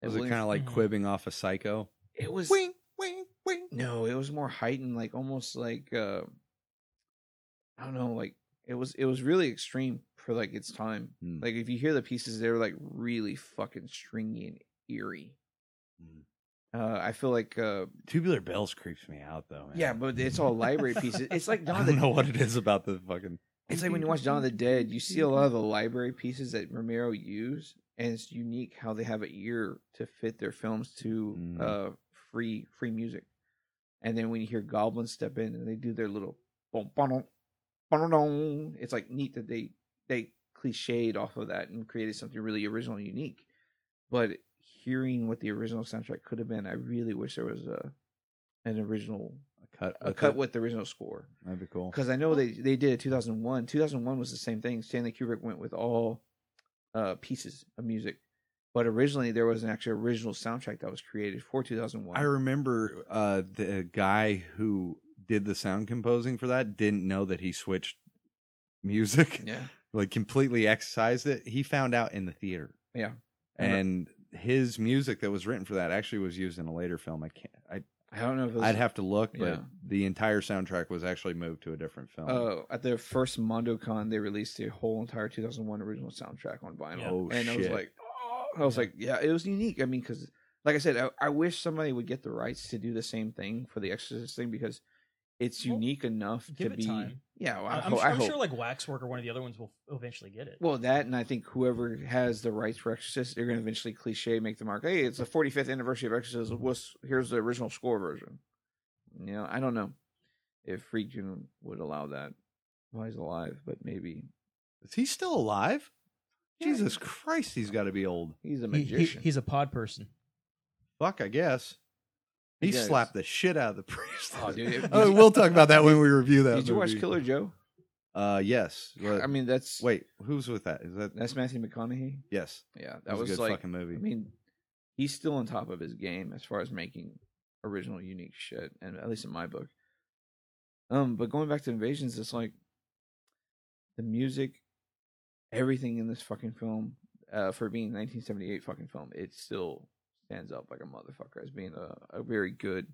that
Was it
William-
kind of like
Mhm.
quibbing off a psycho?
it was No, it was more heightened, like almost like uh, I don't know, like it was it was really extreme for like its time.
Hmm.
Like if you hear the pieces, they're like really fucking stringy and eerie.
Hmm.
Uh, I feel like uh,
Tubular Bells creeps me out though, man.
yeah, but it's all library pieces. It's like
I
Dawn of the
don't know what it is about the fucking
It's like when you watch Dawn of the Dead, you see a lot of the library pieces that Romero used, and it's unique how they have a ear to fit their films to
Mm.
uh, free free music. And then when you hear goblins step in and they do their little bum bum bum bum, it's like neat that they they cliched off of that and created something really original and unique. But hearing what the original soundtrack could have been, I really wish there was a an original
cut.
a cut
it.
with the original score
That'd be cool.
because I know they they did it 2001. 2001 was the same thing. Stanley Kubrick went with all uh, pieces of music, but originally there was an actual original soundtrack that was created for 2001.
I remember uh, the guy who did the sound composing for that didn't know that he switched music,
yeah,
like completely exercised it. He found out in the theater,
yeah.
and his music that was written for that actually was used in a later film. I can't.
I don't know if it
I,
was
I'd have to look, but
Yeah.
the entire soundtrack was actually moved to a different film.
uh, at their first MondoCon they released the whole entire 2001 original soundtrack on vinyl,
Oh,
and I was
shit.
like, oh, I was like, yeah, it was unique. I mean, because like I said, I, I wish somebody would get the rights to do the same thing for the Exorcist thing because it's
Well,
unique enough to
give it
be.
time.
Yeah, well, I,
I- I'm,
ho-
sure,
I
I'm
hope.
sure like Waxwork or one of the other ones will eventually get it.
Well, that and I think whoever has the rights for Exorcist, they're going to eventually cliche make the mark. Hey, it's the 45th anniversary of Exorcist. What's, here's the original score version. You know, I don't know if Friedkin would allow that while he's alive, but maybe
Is he still alive?
Yeah.
Jesus Christ, he's got to be old.
he's a
He- he-
magician.
he's a pod person.
Fuck, I guess. He
He does.
slapped the shit out of the priest.
Oh, dude, it-
Oh, we'll talk about that when we review that.
Did you watch
movie.
Killer Joe?
Uh, yes.
I mean, that's
Wait, who's with that? Is that
that's Matthew McConaughey.
yes?
Yeah, that
That was,
was,
a good
like
fucking movie.
I mean, he's still on top of his game as far as making original, unique shit, and at least in my book. Um, but going back to invasions, it's like the music, everything in this fucking film, uh, for being 1978 fucking film, it still stands up like a motherfucker as being a, a very good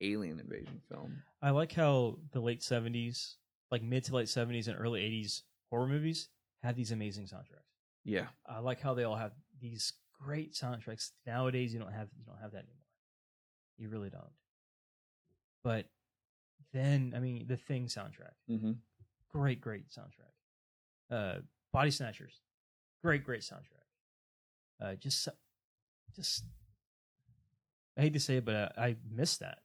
alien invasion film.
I like how the late seventies, like mid to late seventies and early eighties horror movies had these amazing soundtracks.
Yeah,
I like how they all have these great soundtracks. Nowadays you don't have you don't have that anymore. You really don't. But then I mean the thing soundtrack.
mm-hmm.
Great, great soundtrack. Uh Body Snatchers. Great, great soundtrack. Uh just so- just I hate to say it, but uh, I miss that.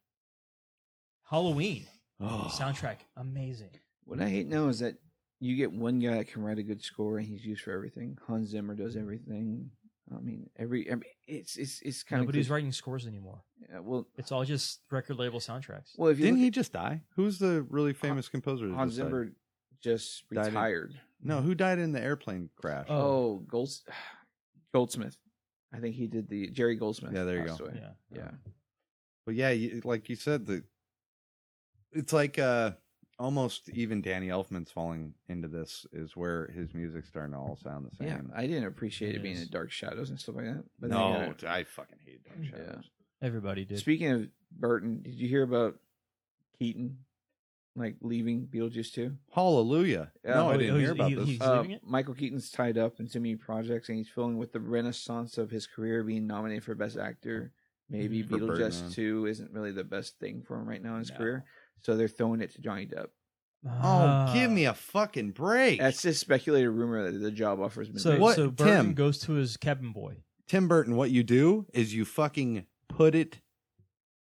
Halloween soundtrack, amazing.
What I hate now is that you get one guy that can write a good score and he's used for everything. Hans Zimmer does everything. I mean, every I mean, it's it's it's kind
Nobody's
of
writing scores anymore.
well,
It's all just record label soundtracks.
well, if you
Didn't
look
he just die? Who's the really famous composer?
at
that
Hans
just died?
Zimmer just
Died in-
retired.
No, who died in the airplane crash?
Oh.
Oh, Gold, Goldsmith. I think he did the Jerry Goldsmith.
Yeah, there you
passed
go.
away.
Yeah.
Yeah.
But yeah, you, like you said, the it's like uh almost even Danny Elfman's falling into this is where his music's starting to all sound the
Yeah.
same.
I didn't appreciate
It
it, being
is.
in Dark Shadows and stuff like that. But then you
no,
gotta-
I fucking hate Dark Shadows.
Everybody did.
Speaking of Burton, did you hear about Keaton like leaving Beetlejuice too?
Hallelujah!
Yeah.
no, I
Oh,
didn't
he's-
hear about
he-
this.
he's-
Uh,
Uh,
leaving it?
Michael Keaton's tied up in too many projects, and he's feeling with the renaissance of his career, being nominated for Best Actor. Maybe
Mm, For Birdman.
Beetlejuice Two isn't really the best thing for him right now in his
No.
career, so they're throwing it to Johnny Depp.
Ah.
oh,
uh,
give me a fucking break!
That's just speculated rumor that the job offer has been.
So,
made.
What,
so Burton
Tim?
goes to his cabin boy.
Tim Burton, what you do is you fucking put it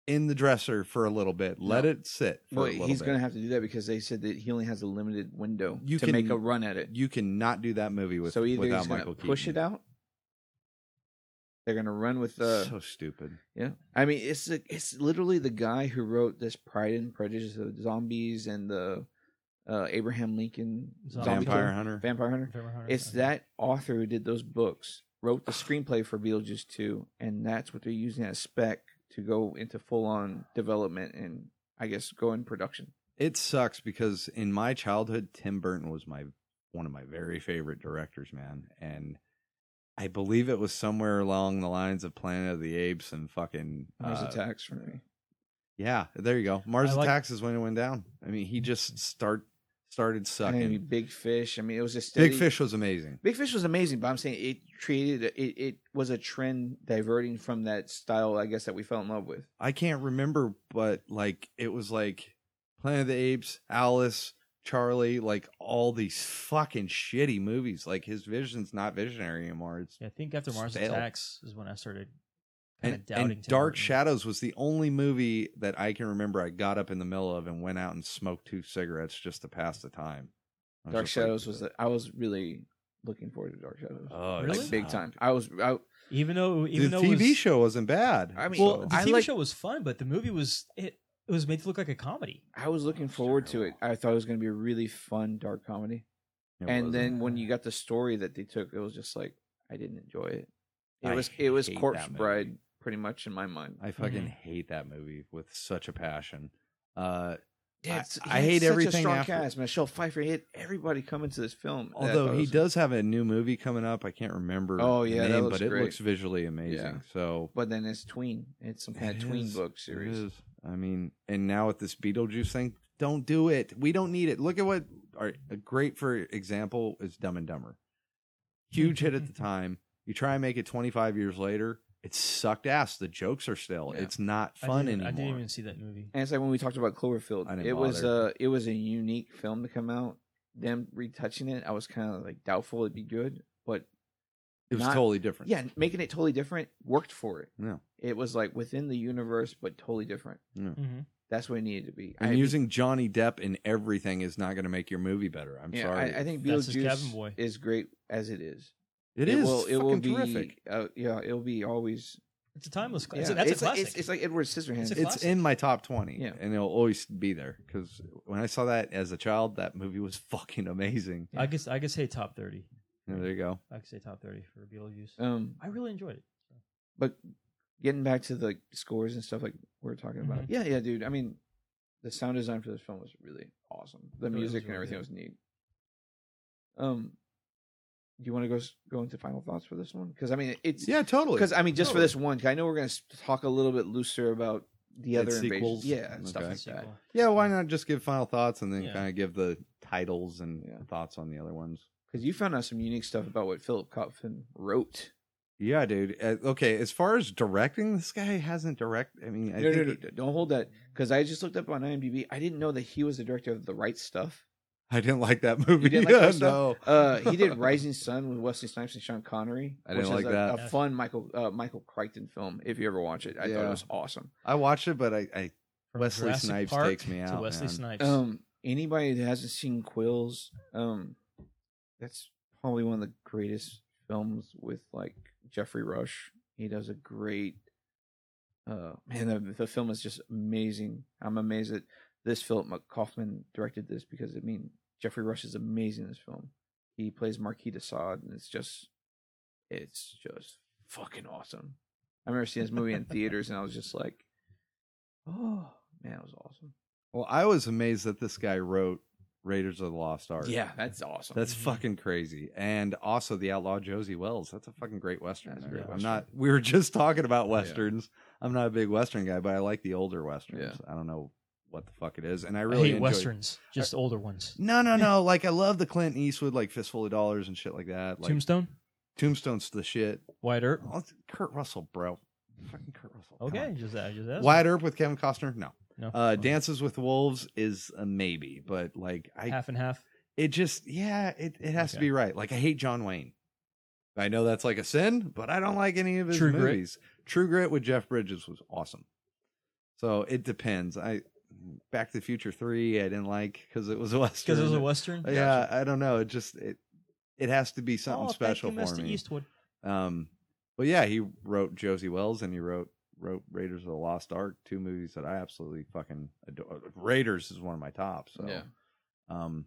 in the dresser for a little bit, let
No.
it sit. For
Well,
a little
he's
bit.
going to have to do that because they said that he only has a limited window
You
to
can-
make a run at it.
You cannot do that movie with
so either
without
he's going to
Michael
push it
Keaton.
out. They're going to run with uh, the.
so stupid.
Yeah, I mean, it's the it's literally the guy who wrote this Pride and Prejudice of zombies and the uh, Abraham Lincoln
Zombie
Vampire
Killer-
Hunter.
Vampire Hunter. It's that author who did those books wrote the screenplay for Beetlejuice two, and that's what they're using as spec to go into full on development and I guess go in production.
it sucks because in my childhood tim burton was my one of my very favorite directors man and i believe it was somewhere along the lines of planet of the apes and fucking
Mars
uh,
Attacks for me.
yeah there you go mars
I like-
attacks is when it went down i mean he just start started
I
sucking
mean, Big Fish. I mean, it was just
big fish was amazing
Big Fish was amazing, but I'm saying it created a- it. It was a trend diverting from that style, I guess, that we fell in love with.
i can't remember but like it was like planet of the apes alice charlie like all these fucking shitty movies like his vision's not visionary anymore it's
Yeah, I think after Mars
Stale.
Attacks is when I started kind
and,
of doubting.
and
Tim
Dark
Burton.
Shadows was the only movie that I can remember I got up in the middle of and went out and smoked two cigarettes just to pass the time. I was
Dark
just like,
Shadows was. The, I was really looking forward to Dark Shadows,
oh,
Really?
it's
like big
not-
time. I was. I,
Even though,
The
even though it
TV
was-
show wasn't bad.
I mean,
Well,
so-
the
I
TV
like-
show was fun, but the movie was it. It was made to look like a comedy.
I was looking forward to it. I thought it was going to be a really fun dark comedy,
It
and
wasn't.
then when you got the story that they took, it was just like I didn't enjoy it. It
I
was. It was
hate
Corpse
that movie.
Bride, pretty much in my mind.
I fucking
Mm-hmm.
hate that movie with such a passion. Uh,
Yeah,
I-
it's- he
I
had
hate
such
everything
A strong
after-
cast. Michelle Pfeiffer hit everybody coming to this film. that I
although
thought
he
was-
does have a new movie coming up, I can't remember.
Oh,
the
yeah, that
name,
looks
but it
great.
looks visually amazing.
Yeah.
So
but then it's tween. It's some kind
It
of tween
is.
book
It
series.
is. I mean, and now with this Beetlejuice thing, don't do it. We don't need it. Look at what all right, a great for example is Dumb and Dumber. Huge hit at the time. You try and make it 25 years later, it sucked ass. The jokes are still.
Yeah.
It's not
I
fun
didn't-
anymore.
I didn't even see that movie.
And it's like when we talked about Cloverfield.
I
It
didn't
was
bother.
a it was a unique film to come out. Them retouching it, I was kind of like doubtful it'd be good, but
it was
not-
totally different.
yeah, making it totally different worked for it.
No.
It was like within the universe, but totally different.
Mm-hmm.
That's what it needed to be.
And
I,
using Johnny Depp in everything is not going to make your movie better. I'm
yeah,
sorry.
I, I think
That's his cabin
Beetlejuice
boy.
is great as it is.
it is.
Will, it will be.
fucking terrific.
Uh, yeah, it'll be always.
It's a timeless. Cl-
Yeah,
that's
it's,
a classic.
It's, it's like Edward Scissorhands.
It's a
It's
classic.
in my top 20
Yeah.
and it'll always be there because when I saw that as a child, that movie was fucking amazing.
I guess I could say top thirty.
Yeah, there you go.
I could say top thirty for Beetlejuice.
um,
I really enjoyed it.
but getting back to the scores and stuff like we were talking about.
Mhm.
Yeah, yeah, dude. I mean, the sound design for this film was really awesome. The
It was
music and
really good.
everything was neat. Um, do you want to go s- go into final thoughts for this one? Because I mean, it's
Yeah, totally.
Because I mean, just for this one, 'cause I know we're going to talk a little bit looser about the other
Its
invasions,
sequels?
yeah, and stuff
Okay.
like that.
Sequel.
Yeah, why not just give final thoughts and then
Yeah.
kind of give the titles and
Yeah.
thoughts on the other ones?
Because you found out some unique stuff about what Philip Coffin wrote.
Yeah, dude. Uh, okay, as far as directing, this guy hasn't direct. I mean, I
no, no,
think
no,
he-
no, don't hold that. Because I just looked up on IMDb. I didn't know that he was the director of the right stuff.
I didn't like that movie.
didn't like
yeah,
that
no.
stuff? Uh, he did Rising Sun with Wesley Snipes and Sean Connery.
I didn't
which
like
is a,
that.
A fun Michael uh, Michael Crichton film. If you ever watch it, I thought
Yeah.
it was awesome.
I watched it, but I, I
From
Wesley
Jurassic
Snipes
Park
takes me
to
out,
Wesley
man.
Snipes.
Um, anybody that hasn't seen Quills, um, that's probably one of the greatest films with like Jeffrey Rush. He does a great. Uh, man, the, the film is just amazing. I'm amazed that this Philip Mc- Kaufman directed this because I mean Jeffrey Rush is amazing in this film. He plays Marquis de Sade, and it's just, it's just fucking awesome. I remember seeing this movie in theaters, and I was just like, oh man, it was awesome.
well, I was amazed that this guy wrote Raiders of the Lost Ark.
Yeah, Mm-hmm. that's awesome.
That's fucking crazy. And also the outlaw Josie Wells. That's a fucking great western.
That's a
there.
great
I'm
western.
not we were just talking about westerns. I'm not a big western guy, but I like the older westerns. I don't know what the fuck it is. And I really
I hate
enjoy-
westerns, just older ones.
No, no, no. like I love the Clint Eastwood like Fistful of Dollars and shit like that. Like
Tombstone,
Tombstone's the shit.
White Earp.
Oh, it's Kurt Russell, bro. Fucking Kurt Russell. Come
Okay,
on.
just that. Just that.
Wyatt Earp with Kevin Costner? No.
No.
Uh,
Okay.
Dances with Wolves is a maybe, but like I
half and half.
it just yeah it, it has to
Okay.
be right like i hate john wayne i know that's like a sin but i don't like any of his
True Grit.
movies true grit with jeff bridges was awesome so it depends i mm, back to the future 3 i didn't like because it was a western
Because it was a western.
yeah i don't know it just it it has to be something
oh,
special
thank you,
for
Mr.
me
Eastwood.
um but yeah he wrote josie wells and he wrote wrote raiders of the lost ark two movies that i absolutely fucking adore raiders is one of my tops so
Yeah.
um,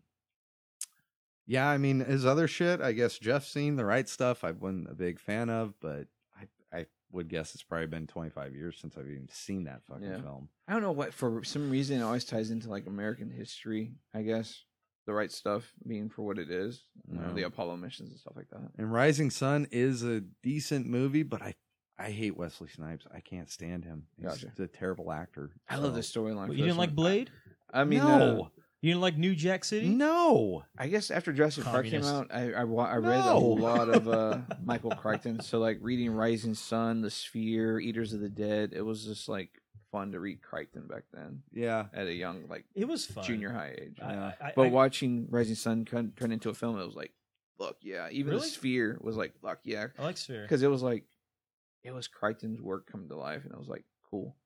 yeah, I mean, his other shit, I guess Jeff's seen the right stuff. I wasn't a big fan of, but I, I would guess it's probably been 25 years since I've even seen that fucking
Yeah.
film.
I don't know what for some reason it always ties into like American history, I guess. The right stuff being for what it is. You know,
Yeah.
the Apollo missions and stuff like that.
And Rising Sun is a decent movie, but I, I hate Wesley Snipes. I can't stand him. He's
Gotcha.
just a terrible actor.
I love
So-
the storyline.
What,
for
Oh. you
this
didn't like
one.
Blade?
I mean,
no,
uh,
You didn't like New Jack City?
no.
I guess after Jurassic Park
Communist.
came out, I I, wa- I read a
No.
lot of uh, Michael Crichton. So like reading Rising Sun, The Sphere, Eaters of the Dead. It was just like fun to read Crichton back then
Yeah.
at a young like
It was fun.
junior high age.
I, I, I,
But watching Rising Sun con- turn into a film, it was like, fuck yeah. Even the
Really?
Sphere was like, fuck yeah,
I like Sphere.
because it was like, it was Crichton's work come to life, and I was like, cool.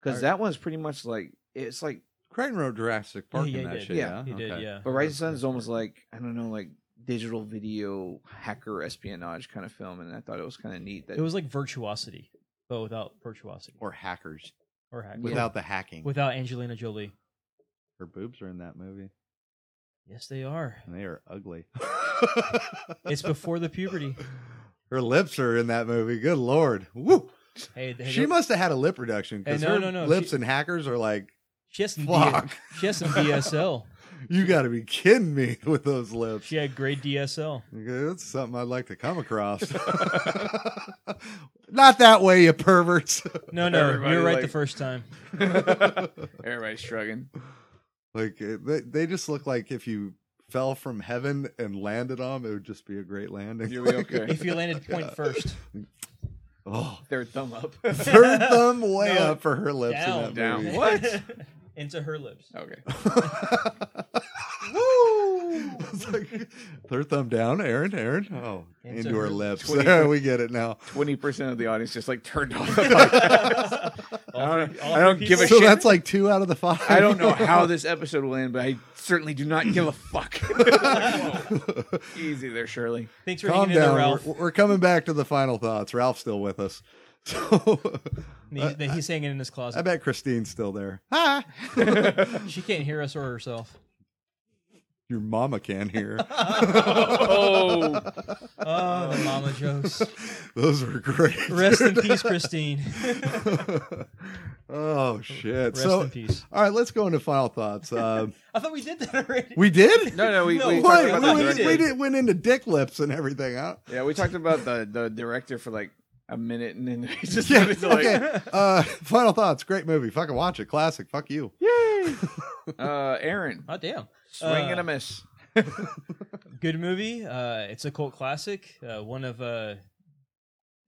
Because
Alright.
that one's pretty much like it's like,
Crichton wrote Jurassic Park
Yeah,
in
he
that
did.
shit.
Yeah,
Yeah,
He did,
Okay.
yeah.
but Rising Sun is almost like I don't know, like digital video hacker espionage kind of film, and I thought it was kind of neat that
It was like Virtuosity, but without Virtuosity
Or hackers
or hack.
without the hacking.
without Angelina Jolie.
Her boobs are in that movie,
Yes, they are.
and they are ugly.
It's before the puberty.
Her lips are in that movie. Good lord. Woo.
Hey, they-
She must have had a lip reduction because
Hey, no,
her
no, no.
lips
She-
and hackers are like,
She has some
Fuck.
D- she has some DSL.
you got to be kidding me with those lips.
She had great DSL.
That's something I'd like to come across. Not that way, you perverts.
No, no,
Everybody
you're right
like-
the first time.
everybody's shrugging.
like it- they, they just look like if you fell from heaven and landed on 'em, it would just be a great landing.
You'll be okay.
If you landed point first,
oh,
Their thumb up.
third thumb way
No,
up for her lips
down,
in that movie.
Down. What?
Into her lips.
okay.
Woo! It's like third thumb down, Aaron, Aaron. Oh,
Into
into her
her
lips.
20.
There, we get it now.
Twenty percent of the audience just like turned off. The podcast.
All three-
don't-
all
I don't
three
give a
people-
So
shit.
that's like two out of the five.
I don't know how this episode will end, but I certainly do not give a fuck. Easy there, Shirley.
Thanks for
Calm
hanging in there,
down.
Ralph.
We're, we're coming back to the final thoughts. Ralph's still with us. So
uh,
He's, he's hanging in his closet.
I bet Christine's still there. Hi.
She can't hear us or herself.
Your mama can hear.
Oh.
Oh, the mama jokes.
Those were great.
Rest in
dude.
peace, Christine.
oh shit.
Rest
so
in peace.
all right, let's go into final thoughts. Um,
I thought we did that already.
we did?
No, no, we,
No,
we
wait,
talked
Wait,
about
we,
that
we,
director.
did, went into dick lips and everything. Huh?
Yeah, we talked about the the director for like a minute, and then he just
Yeah.
went into, like,
Okay. Uh, final thoughts. Great movie. Fucking watch it. Classic. Fuck you.
yay. uh, Aaron,
Oh damn.
swing and
Uh,
a miss.
Good movie. Uh, it's a cult classic. Uh, one of uh,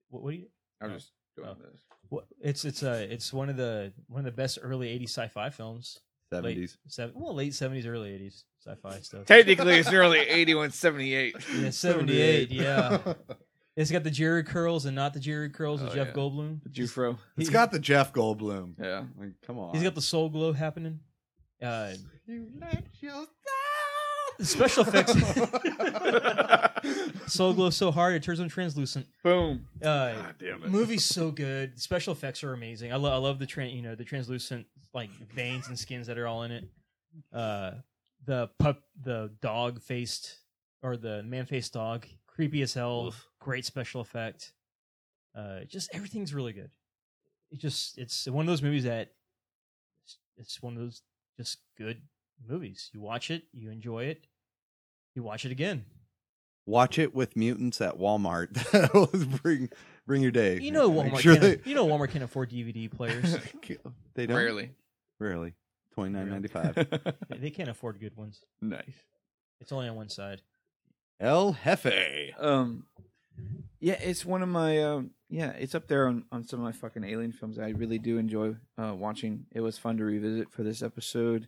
what, what do you?
I'm just doing
Oh.
this.
What, it's it's uh it's one of the one of the best early '80s sci-fi films. Late, seven, well, late '70s, early '80s sci-fi stuff.
Technically, it's early 81, 78.
Yeah, 78. Yeah, it's got the Jerry curls and not the Jerry curls with
Oh,
Jeff
yeah.
Goldblum.
Jufro.
It's got the Jeff Goldblum.
Yeah.
Like, come on.
He's got the soul glow happening. Uh,
You let yourself-
special effects. soul glow so hard it turns them translucent.
Boom.
Uh,
God damn it.
movie's so good. Special effects are amazing. I, lo- I love the tran you know the translucent like veins and skins that are all in it. Uh, the pup, the dog faced or the man faced dog, creepy as hell. Great special effect. Uh, just everything's really good. It just it's one of those movies that it's, it's one of those just good movies. You watch it, you enjoy it, you watch it again.
Watch it with mutants at Walmart. That'll bring bring your day.
You know
Make
Walmart.
sure
can't,
they,
you know Walmart can't afford DVD players.
they don't
Rarely.
Rarely. Twenty nine ninety five.
They- they can't afford good ones.
nice.
It's only on one side.
El Jefe.
Um, yeah, it's one of my um, yeah, it's up there on on some of my fucking alien films. I really do enjoy uh, watching. It was fun to revisit for this episode.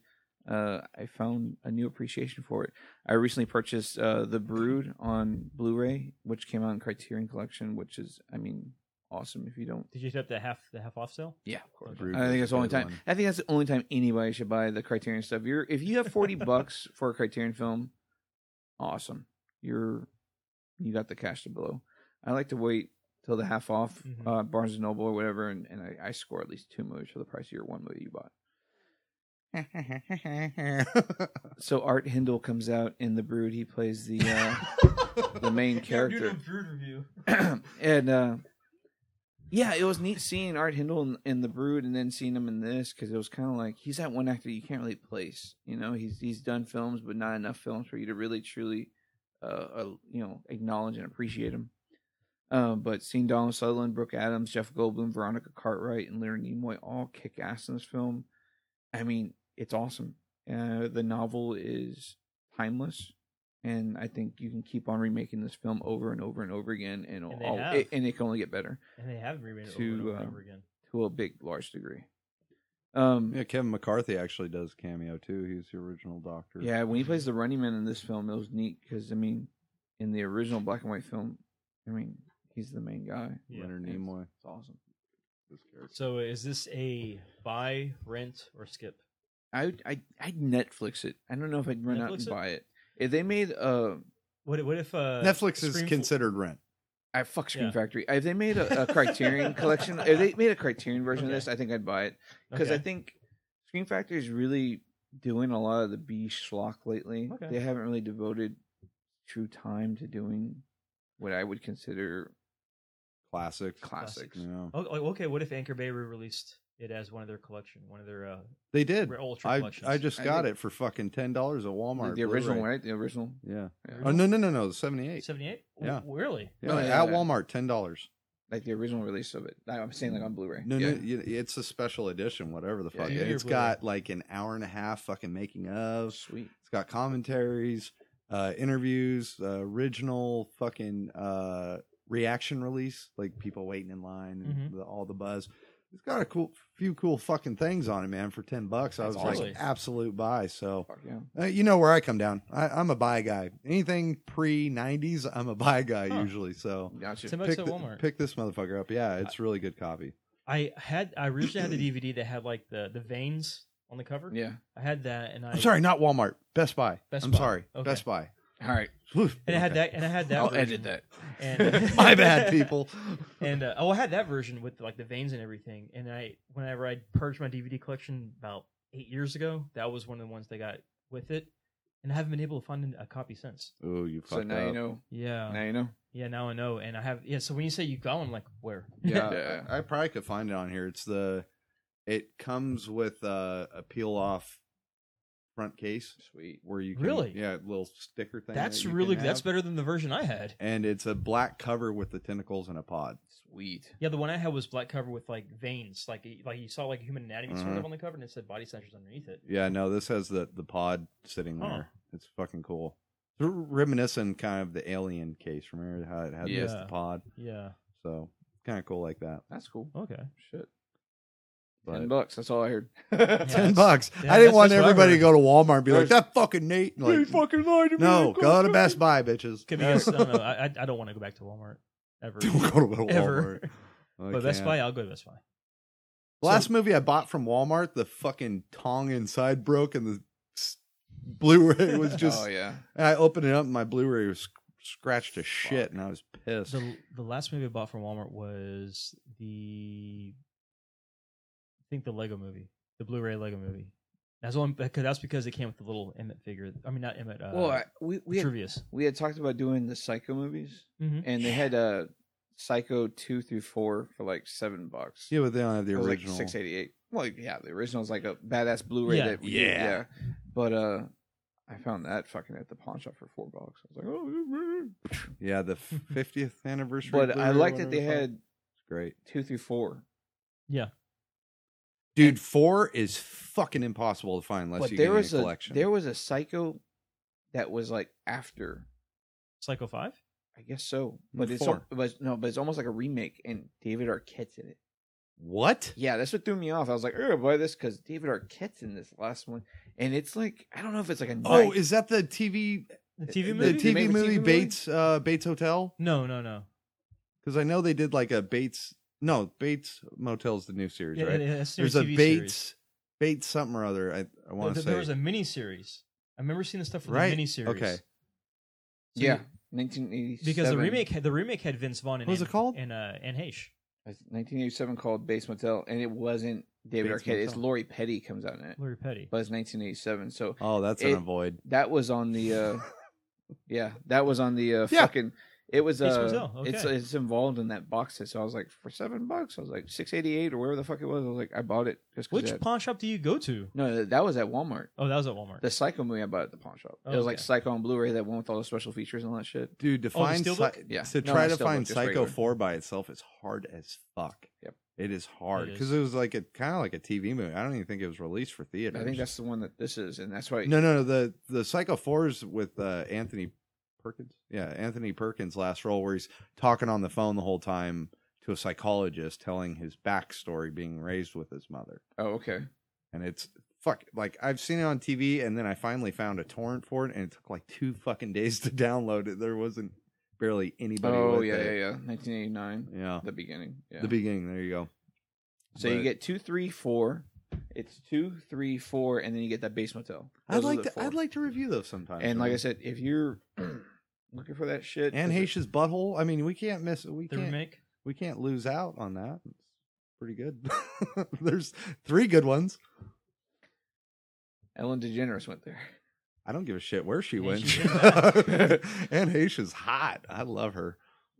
Uh, I found a new appreciation for it. I recently purchased uh, The Brood on Blu-ray, which came out in Criterion Collection, which is, I mean, awesome. If you don't,
Did you hit up the half the half off sale?
yeah, of course.
Brood
I
is
think that's the only
good
time.
one.
I think that's the only time anybody should buy the Criterion stuff. You're if you have forty bucks for a Criterion film, awesome. You're you got the cash to blow. I like to wait till the half off
Mhm.
uh, Barnes and Noble or whatever, and, and I, I score at least two movies for the price of your one movie you bought. So Art Hindle comes out in The Brood. He plays the uh, the main character.
brood review.
and uh yeah, it was neat seeing Art Hindle in, in the Brood, and then seeing him in this because it was kind of like he's that one actor you can't really place. You know, he's he's done films, but not enough films for you to really truly, uh, uh you know, acknowledge and appreciate him. Uh, but seeing Donald Sutherland, Brooke Adams, Jeff Goldblum, Veronica Cartwright, and Leonard Nimoy all kick ass in this film, I mean, it's awesome. Uh, the novel is timeless, and I think you can keep on remaking this film over and over and over again,
And
and it'll
they
all,
have.
it, and it can only get better
And they have remade it over
To,
and
um,
over, and
uh,
over again.
to a big, large degree. Um,
Yeah, Kevin McCarthy actually does cameo too. He's the original doctor.
Yeah, when he plays the running man in this film, it was neat because I mean, in the original black and white film, I mean, he's the main guy.
Yeah.
Leonard
It's-
Nimoy.
It's awesome.
So is this a buy, rent, or skip?
I I I'd Netflix it. I don't know if I'd run out
Netflix
and
it?
buy it. If they made uh, a
What what if uh,
Netflix is
Scream-
considered rent.
I fuck Screen
Yeah.
Factory. If they made a, a Criterion collection, if they made a Criterion version
Okay.
of this, I think I'd buy it because I
Okay.
think Screen Factory is really doing a lot of the B schlock lately.
Okay.
They haven't really devoted true time to doing what I would consider
Classic.
classics.
Yeah.
Oh, oh, okay. What if Anchor Bay re-released it as one of their collection, one of their uh,
They did.
ultra
I
collections?
I just
I
got
did.
it for fucking ten dollars at Walmart.
the original
Blu-ray.
one, right? The original.
Yeah.
Yeah.
Oh no no no no the seventy eight.
seventy-eight.
Yeah.
really?
Yeah,
No,
at
Oh, yeah, yeah.
Walmart ten dollars.
Like the original release of it. I- I'm saying like on Blu-ray.
No
yeah.
no you- it's a special edition whatever the
Yeah,
fuck.
yeah,
It's
Blu-ray.
got like an hour and a half fucking making
Oh,
of.
sweet.
It's got commentaries, uh, interviews, uh, original fucking uh, reaction release, like people waiting in line and
Mm-hmm.
the, all the buzz. It's got a cool few cool fucking things on it, man. For ten bucks, I was
That's awesome.
like absolute buy. So
Fuck yeah.
uh, you know where I come down. I, I'm a buy guy. Anything pre nineties, I'm a buy guy
Huh.
usually. So
Gotcha.
Ten bucks
pick,
at
the-
Walmart.
pick this motherfucker up. Yeah, it's really good copy.
I had I originally had the DVD that had like the the veins on the cover.
Yeah.
I had that, and I
I'm sorry, not Walmart. Best Buy.
Best
I'm
Buy.
sorry,
Okay.
Best Buy.
All right.
And
and I had that, and I had that.
I'll
version.
edit that.
And
My bad, people.
and uh, oh, I had that version with like the veins and everything. And I, whenever I purged my DVD collection about eight years ago, that was one of the ones they got with it. and I haven't been able to find a copy since.
Oh, you fucked
So now
up.
you know.
Uh.
Yeah,
Now you know.
yeah. Now I know, and I have. Yeah. So when you say you go, I'm like, where?
Yeah,
Yeah.
I, I probably could find it on here. It's the it comes with uh, a peel off front case
Sweet.
where you can,
Really?
yeah little sticker thing.
That's
that you
really.
can
That's
have.
better than the version I had.
And it's a black cover with the tentacles and a pod.
Sweet.
Yeah, the one I had was black cover with like veins, like like you saw like human anatomy sort
Mhm.
of on the cover, and it said body centers underneath it.
Yeah, no, this has the the pod sitting
Huh.
there. It's fucking cool. It's reminiscent kind of the alien case. Remember how it had just the
Yeah.
pod?
Yeah.
So kind of cool like that.
That's cool.
Okay.
Shit. Ten
Oh, But
bucks. That's all I heard.
ten
Yeah.
bucks.
Yeah,
I
that's-
didn't want
that's what I
everybody to
heard.
go to Walmart and be like
There's-
that fucking Nate. and
You
Like,
fucking lied to me.
no,
Go
go to
fucking-
Best Buy, bitches.
Could be yes. no, no, I, I I don't want to go back to Walmart ever.
Don't go to Walmart.
Ever.
I
but Best
can't.
Buy, I'll go to Best Buy.
The last movie I bought from Walmart, the fucking tong inside broke and the s- Blu-ray was just.
oh yeah.
and I opened it up and my Blu-ray was sc- scratched to shit, and I was pissed.
The the last movie I bought from Walmart was the I think the Lego movie, the Blu-ray Lego movie. That's one because that's because it came with the little Emmett figure. I mean, not Emmett. Uh,
well, I, we we had,
Trivius.
we had talked about doing the Psycho movies,
Mm-hmm.
and they had uh Psycho two through four for like seven bucks.
yeah, but they don't have the
It was like
original.
six eighty eight. Well, yeah, the original's like a badass Blu-ray.
Yeah.
That we,
Yeah.
yeah. But uh, I found that fucking at the pawn shop for four bucks. I was like, oh.
yeah, the fiftieth anniversary.
But
Blu-ray,
I like that
whatever
they
the fuck.
had
great.
two through four.
Dude, four is fucking impossible to find unless
but
you
there
get
was
in a
a
collection.
there was a Psycho that was like after.
Psycho Five.
I guess so, but it's
Four.
al- but no, but it's almost like a remake, and David Arquette's in it.
what?
Yeah, that's what threw me off. I was like, "Oh, buy this because David Arquette's in this last one," and it's like I don't know if it's like a
Oh,
night-
is that the TV?
The TV movie.
the
They made
TV
a TV
movie
movie?
Bates uh, Bates Hotel?
no, no, no.
Because I know they did like a Bates. No, Bates Motel's the new series,
Yeah,
right?
yeah, that's their
There's a
TV
Bates
series.
Bates something or other. I I
No,
want to
th-
say
there was a mini series. I remember seeing the stuff for
Right,
the mini series.
okay.
yeah, nineteen eighty
Because the remake had the remake had Vince Vaughn and
What was it
Anne-
called?
and uh and Heche.
nineteen eighty seven called Base Motel, and it wasn't David
Bates
Arquette. It's
Motel.
Lori Petty comes out in it,
Larry Petty.
but it's nineteen eighty seven. So
oh, that's
it-
an avoid.
that was on the uh yeah that was on the uh
Yeah.
fucking it was
Bates
uh
Motel,
it's
okay.
it's involved in that box set so i was like for seven bucks i was like 688 or whatever the fuck it was i was like i bought it just 'cause it
Which
had-
pawn shop do you go to?
no th- that was at walmart
Oh, that was at Walmart.
the psycho movie i bought at the pawn shop
Oh,
it was like
okay.
psycho on blu-ray that one with all the special features and all that shit
Dude, to find
Oh, Steelbook?
Psy-
Yeah.
to
No,
try
not
to
Steelbook,
find
just
Psycho
regular.
Four by itself is hard as fuck.
Yep.
It is hard
It
because
is.
it was like a kind of like a TV movie. I don't even think it was released for theaters.
i think that's the one that this is and that's why
no, no, no. The the Psycho Fours with uh, Anthony Perkins. Yeah, Anthony Perkins' last role where he's talking on the phone the whole time to a psychologist, telling his backstory, being raised with his mother.
oh okay
and it's fuck like I've seen it on TV and then I finally found a torrent for it and it took like two fucking days to download it. There wasn't barely anybody.
oh
with
yeah, yeah yeah
it.
1989
yeah.
the beginning yeah
The beginning. There you go.
so you
but-
get two three four it's two three four and then you get that base motel
I'd
Those are
like
the
to.
four.
I'd like to review those sometime.
and like i said if you're looking for that shit
and
is it-
Haitia's butthole. I mean, we can't miss. We
the
can't.
remake.
We can't lose out on that. It's pretty good. There's three good ones.
Ellen DeGeneres went there.
I don't give a shit where she
Yeah,
went.
she did.
and Haitia's hot. I love her.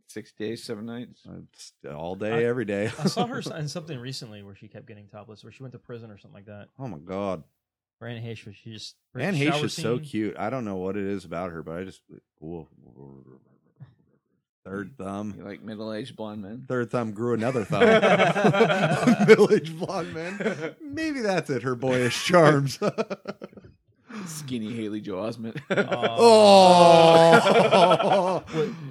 Six days, seven nights.
It's all day, every day.
I saw her in something recently where she kept getting topless, where she went to prison or something like that.
oh my god.
Or Anne Heche, where she just her
Anne
shower
Heche is so
scene-
cute. I don't know what it is about her, but I just Whoa. third
You
thumb.
like middle aged blonde men.
Third thumb grew another thumb. Village blonde man. Maybe that's it. Her boyish charms.
Skinny Haley Joe Osment.
um,
oh,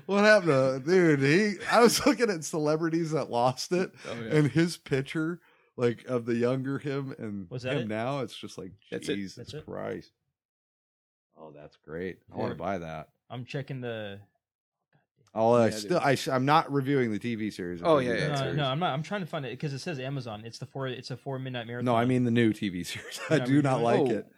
what happened, to, dude? He. I was looking at celebrities that lost it,
Oh, yeah.
and his picture, like of the younger him and
Was that
him
it?
now, it's just like
That's it.
Jesus
That's it.
Christ. Oh, that's great. I want to
Yeah.
buy that.
I'm checking the.
Oh, I
Yeah,
still, I sh- I'm not reviewing the TV series. I'm
Oh,
reviewing
yeah,
that
yeah,
No,
series.
no, I'm not. I'm trying to find it because it says Amazon. It's the four. It's a four midnight marathon.
No, I mean the new TV series. I
Yeah,
do not
reviewing-
like
Oh.
it.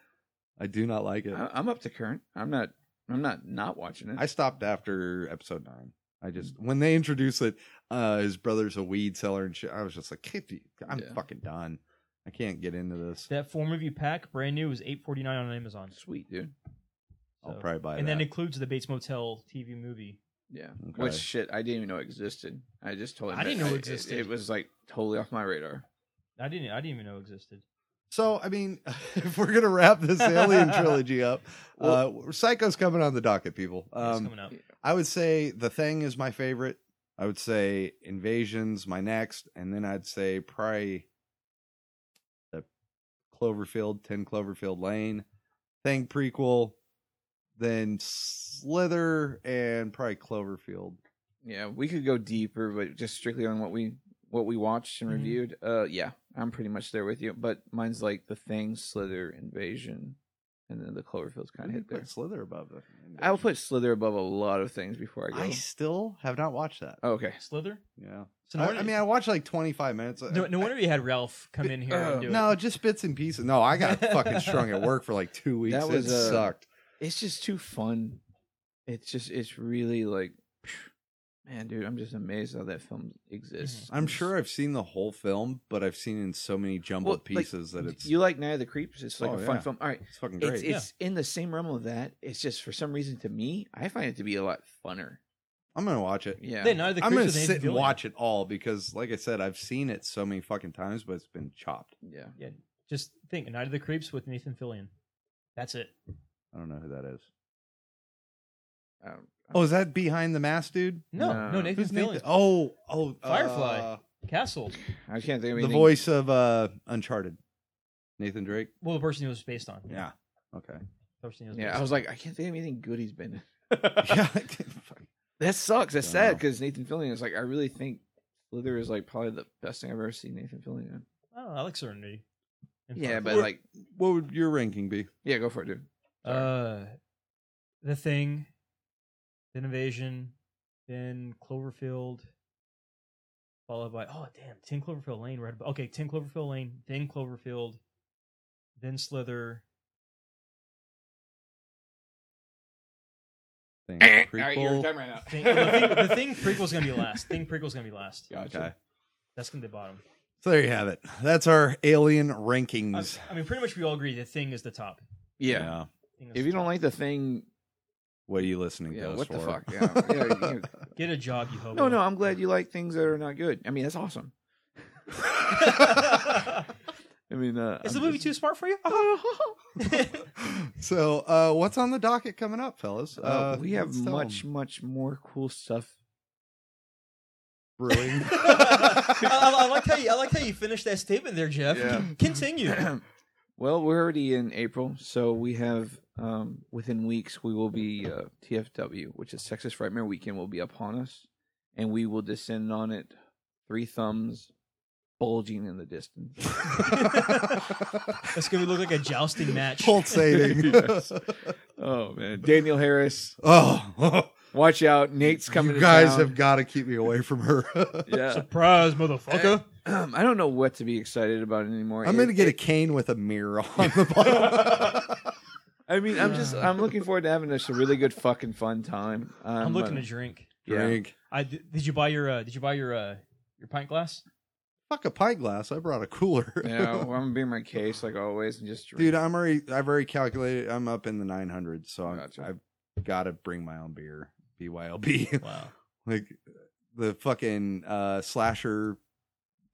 I do not like it.
I- I'm up to current. I'm not. I'm not not watching it.
I stopped after episode
Mm.
nine. I just when they introduced it, uh, his brother's a weed seller and shit. I was just like, "Kid, dude, I'm
Yeah.
fucking done. I can't get into this.
that four movie pack, brand new, is eight forty nine on Amazon.
Sweet dude.
I'll
So-
probably buy
and
that.
that includes the Bates Motel TV movie.
Yeah.
Okay.
Which shit I didn't even know existed. I just totally
I didn't know it existed.
It, was like totally off my radar.
I didn't. I didn't even know it existed.
So, I mean, if we're gonna wrap this Alien trilogy up, uh, Psycho's coming on the docket, people.
Yeah, it's
Um,
coming up.
I would say The Thing is my favorite. I would say Invasion's my next, and then I'd say probably the Cloverfield, Ten Cloverfield Lane, Thing prequel, then Slither, and probably Cloverfield.
Yeah, we could go deeper, but just strictly on what we what we watched and
Mm-hmm.
Mhm.
reviewed. Uh, yeah, I'm pretty much there with you. But mine's like the Thing, Slither, Invasion, and then the Cloverfield's kind of hit there.
Slither above it.
I'll put Slither above a lot of things before I go.
I still have not watched that.
Oh, okay.
Slither.
Yeah,
So no,
I,
wonder,
I mean, I watched like twenty five minutes. Oh.
no, no wonder you had Ralph come in here
Uh,
and do
No,
it.
just bits and pieces. No, I got fucking strung at work for like two weeks.
That
That
was,
it
uh,
sucked.
It's just too fun. It's just it's really like, man, dude, I'm just amazed how that film exists.
Mm-hmm. I'm sure I've seen the whole film, but I've seen it in so many jumbled
Well, like,
pieces that it's,
you like Night of the Creeps. It's like
Oh,
a fun
yeah.
film. All right.
it's fucking great.
It's it's in the same realm of that. It's just for some reason to me, I find it to be a lot funner.
I'm gonna watch it.
Yeah.
Then Night of the
I'm
Creeps
gonna
with Nathan
sit and
Fillion.
watch it all because, like I said, I've seen it so many fucking times, but it's been chopped.
yeah.
Yeah, just think Night of the Creeps with Nathan Fillion. That's it.
I don't know who that is.
Um,
Oh, is that behind the mask, dude?
No,
No.
no, Nathan
Who's
Fillion.
Nathan? Oh, oh,
Firefly.
uh,
Castle.
I can't think of
the
anything.
voice of uh, Uncharted, Nathan Drake.
Well, the person he was based on.
Yeah. Okay.
The person he was
Yeah,
based
I was like, I can't think of anything good he's been.
yeah.
That sucks. That's
Don't
sad
know.
because Nathan Fillion is like, I really think Slither is like probably the best thing I've ever seen Nathan Fillion. in.
on. Oh, I like Serenity. And
Yeah,
Firefly.
but like,
What would your ranking be?
yeah, go for it, dude.
Uh, the thing, then invasion, then Cloverfield, followed by oh damn, Ten Cloverfield Lane. Right, ab- okay, Ten Cloverfield Lane, then Cloverfield, then Slither.
Thing,
All right, you're
prequel?
done right
Thing, oh,
now.
the, thing, the thing prequel's gonna be last. Thing prequel's gonna be last.
Gotcha.
Okay.
That's gonna be the bottom.
So there you have it. That's our alien
I,
rankings.
I mean, pretty much we all agree the thing is the top.
Yeah.
Thing is
If
the
you don't
top.
like the thing,
What are you listening
yeah,
to? us
what the
for?
fuck? Yeah, yeah, you-
get a job, you hope.
no, no, I'm glad you like things that are not good. I mean, that's awesome. I mean, uh,
is
I'm
the movie
just-
too smart for you?
so, uh, what's on the docket coming up, fellas?
Uh, we have
let's tell
much,
'em.
much more cool stuff.
brewing.
I, I like how you I like how you finished that statement there, Jeff.
Yeah.
Continue.
well, we're already in April, so we have um, within weeks we will be uh, TFW, which is Texas Frightmare Weekend, will be upon us, and we will descend on it, three thumbs bulging in the distance.
That's gonna look like a jousting match.
Pulsating.
Yes. oh man, Daniel Harris,
oh,
watch out! Nate's coming.
you
to
guys
town.
have got to keep me away from her.
Yeah,
Surprise, motherfucker!
I don't know what to be excited about anymore.
I'm
It-
gonna get a
it-
cane with a mirror on the bottom.
I mean, I'm just. I'm looking forward to having us a really good fucking fun time. Um,
I'm looking
uh,
to drink.
yeah.
Drink.
I d- did you buy your uh, did you buy your uh, your pint glass?
Fuck a pint glass. I brought a cooler.
Yeah, well, I'm gonna be in my case like always and just drink.
Dude, I'm already. I've already calculated. I'm up in the 900, so I'm,
Gotcha.
I've got to bring my own beer. BYOB.
Wow.
like the fucking uh slasher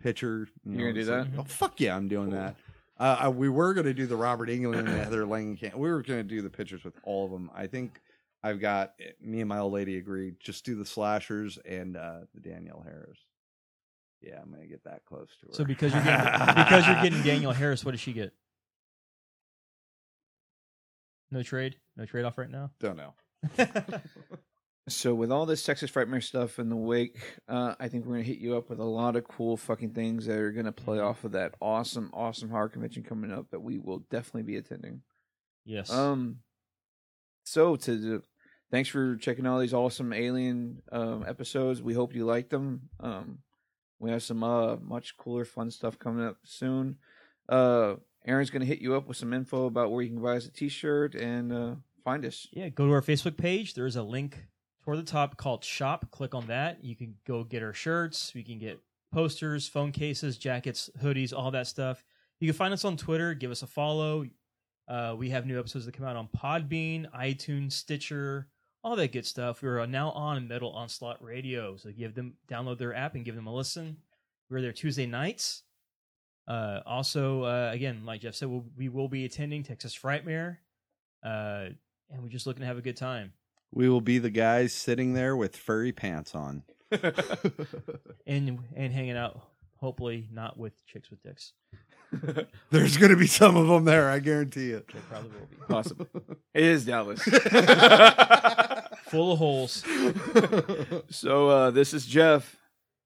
pitcher. You
You're gonna do
it's
that?
like, oh fuck yeah, I'm doing that. Uh, I- we were gonna do the Robert England and the Heather Langenkamp. We were gonna do the pitchers with all of them. I think I've got eh, me and my old lady agreed. Just do the slashers and uh the Danielle Harris. Yeah, I'm gonna get that close to her.
So because you're getting, because you're getting Daniel Harris, what does she get? No trade, no trade off right now.
don't know.
So with all this Texas Frightmare stuff in the wake, uh, I think we're gonna hit you up with a lot of cool fucking things that are gonna play off of that awesome, awesome horror convention coming up that we will definitely be attending.
yes.
Um, so to the, thanks for checking out these awesome alien um, episodes. We hope you liked them. Um, we have some uh much cooler, fun stuff coming up soon. Uh, Aaron's gonna hit you up with some info about where you can buy us a T-shirt and uh, find us.
Yeah, go to our Facebook page. There is a link toward the top called Shop. Click on that. You can go get our shirts. You can get posters, phone cases, jackets, hoodies, all that stuff. You can find us on Twitter. Give us a follow. Uh, we have new episodes that come out on Podbean, iTunes, Stitcher, all that good stuff. We are now on Metal Onslaught Radio, so give them download their app and give them a listen. We're there Tuesday nights. Uh, also, uh, again, like Jeff said, we'll, we will be attending Texas Frightmare, uh, and we're just looking to have a good time.
We will be the guys sitting there with furry pants on.
and and hanging out. Hopefully not with chicks with dicks.
There's going to be some of them there, I guarantee it.
They probably will be
Possible. it is Dallas.
full of holes.
so uh, this is Jeff.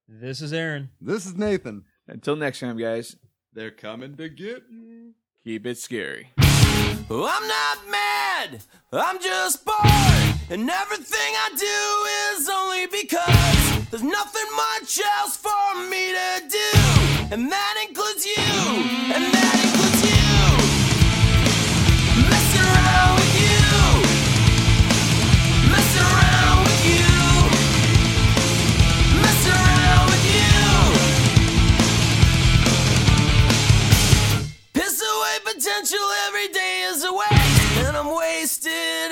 This is Aaron.
This is Nathan.
Until next time, guys,
They're coming to get you.
keep it scary.
I'm not mad, I'm just bored. And everything I do is only because there's nothing much else for me to do. And that includes you, and that includes you. Messing around with you, messing around with you, messing around with you. Piss away potential every day is a waste, and I'm wasted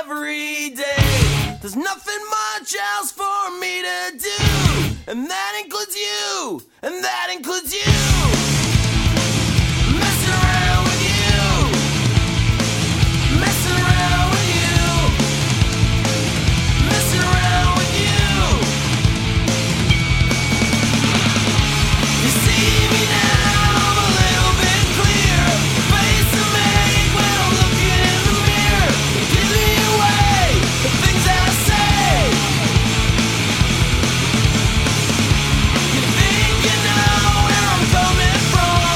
every day. There's nothing much else for me to do, and that includes you, and that includes you. Messing around with you, messing around with you, messing around with you. You see me now, I'm a little bit clear. Face to make when I'm looking in the mirror. It gives me away the things I say. You think you know where I'm coming from?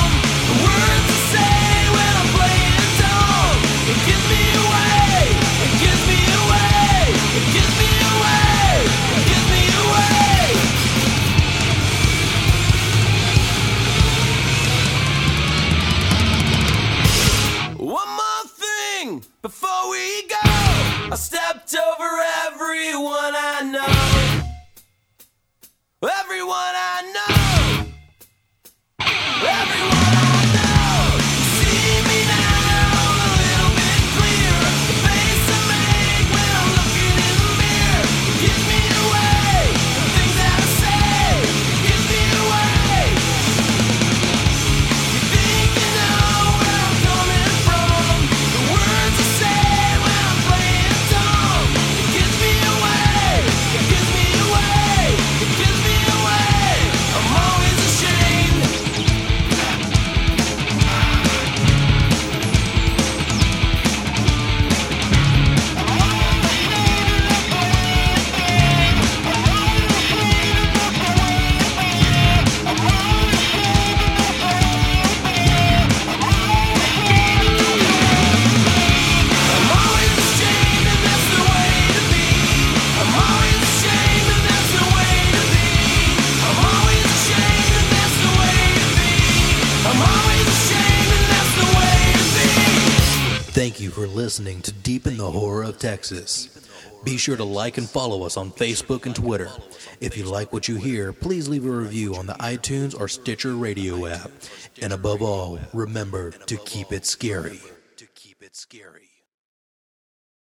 The words I say when I'm playing it dumb. It gives me away. It gives me away. It gives me away. It gives me away. One more thing before we go. I stepped over everyone I know. Everyone I know. Everyone I know. You see me now, I'm a little bit clearer. The face I make when I'm looking in the mirror. It gives me away. The things that I say. It gives me away. You think you know where I'm coming from? The words I say when I'm playing dumb. It gives me away. It gives me away. It gives me away. I'm always ashamed. I'm always ashamed, and that's the way to be. I'm always ashamed, and that's the way to be. I'm always ashamed, and that's the way to be. I'm always ashamed, and that's the way to be.
Thank you for listening to Deep in the Horror of Texas. Be sure to like and follow us on Facebook and Twitter. If you like what you hear, please leave a review on the iTunes or Stitcher radio app. And above all, remember to keep it scary. To keep it scary.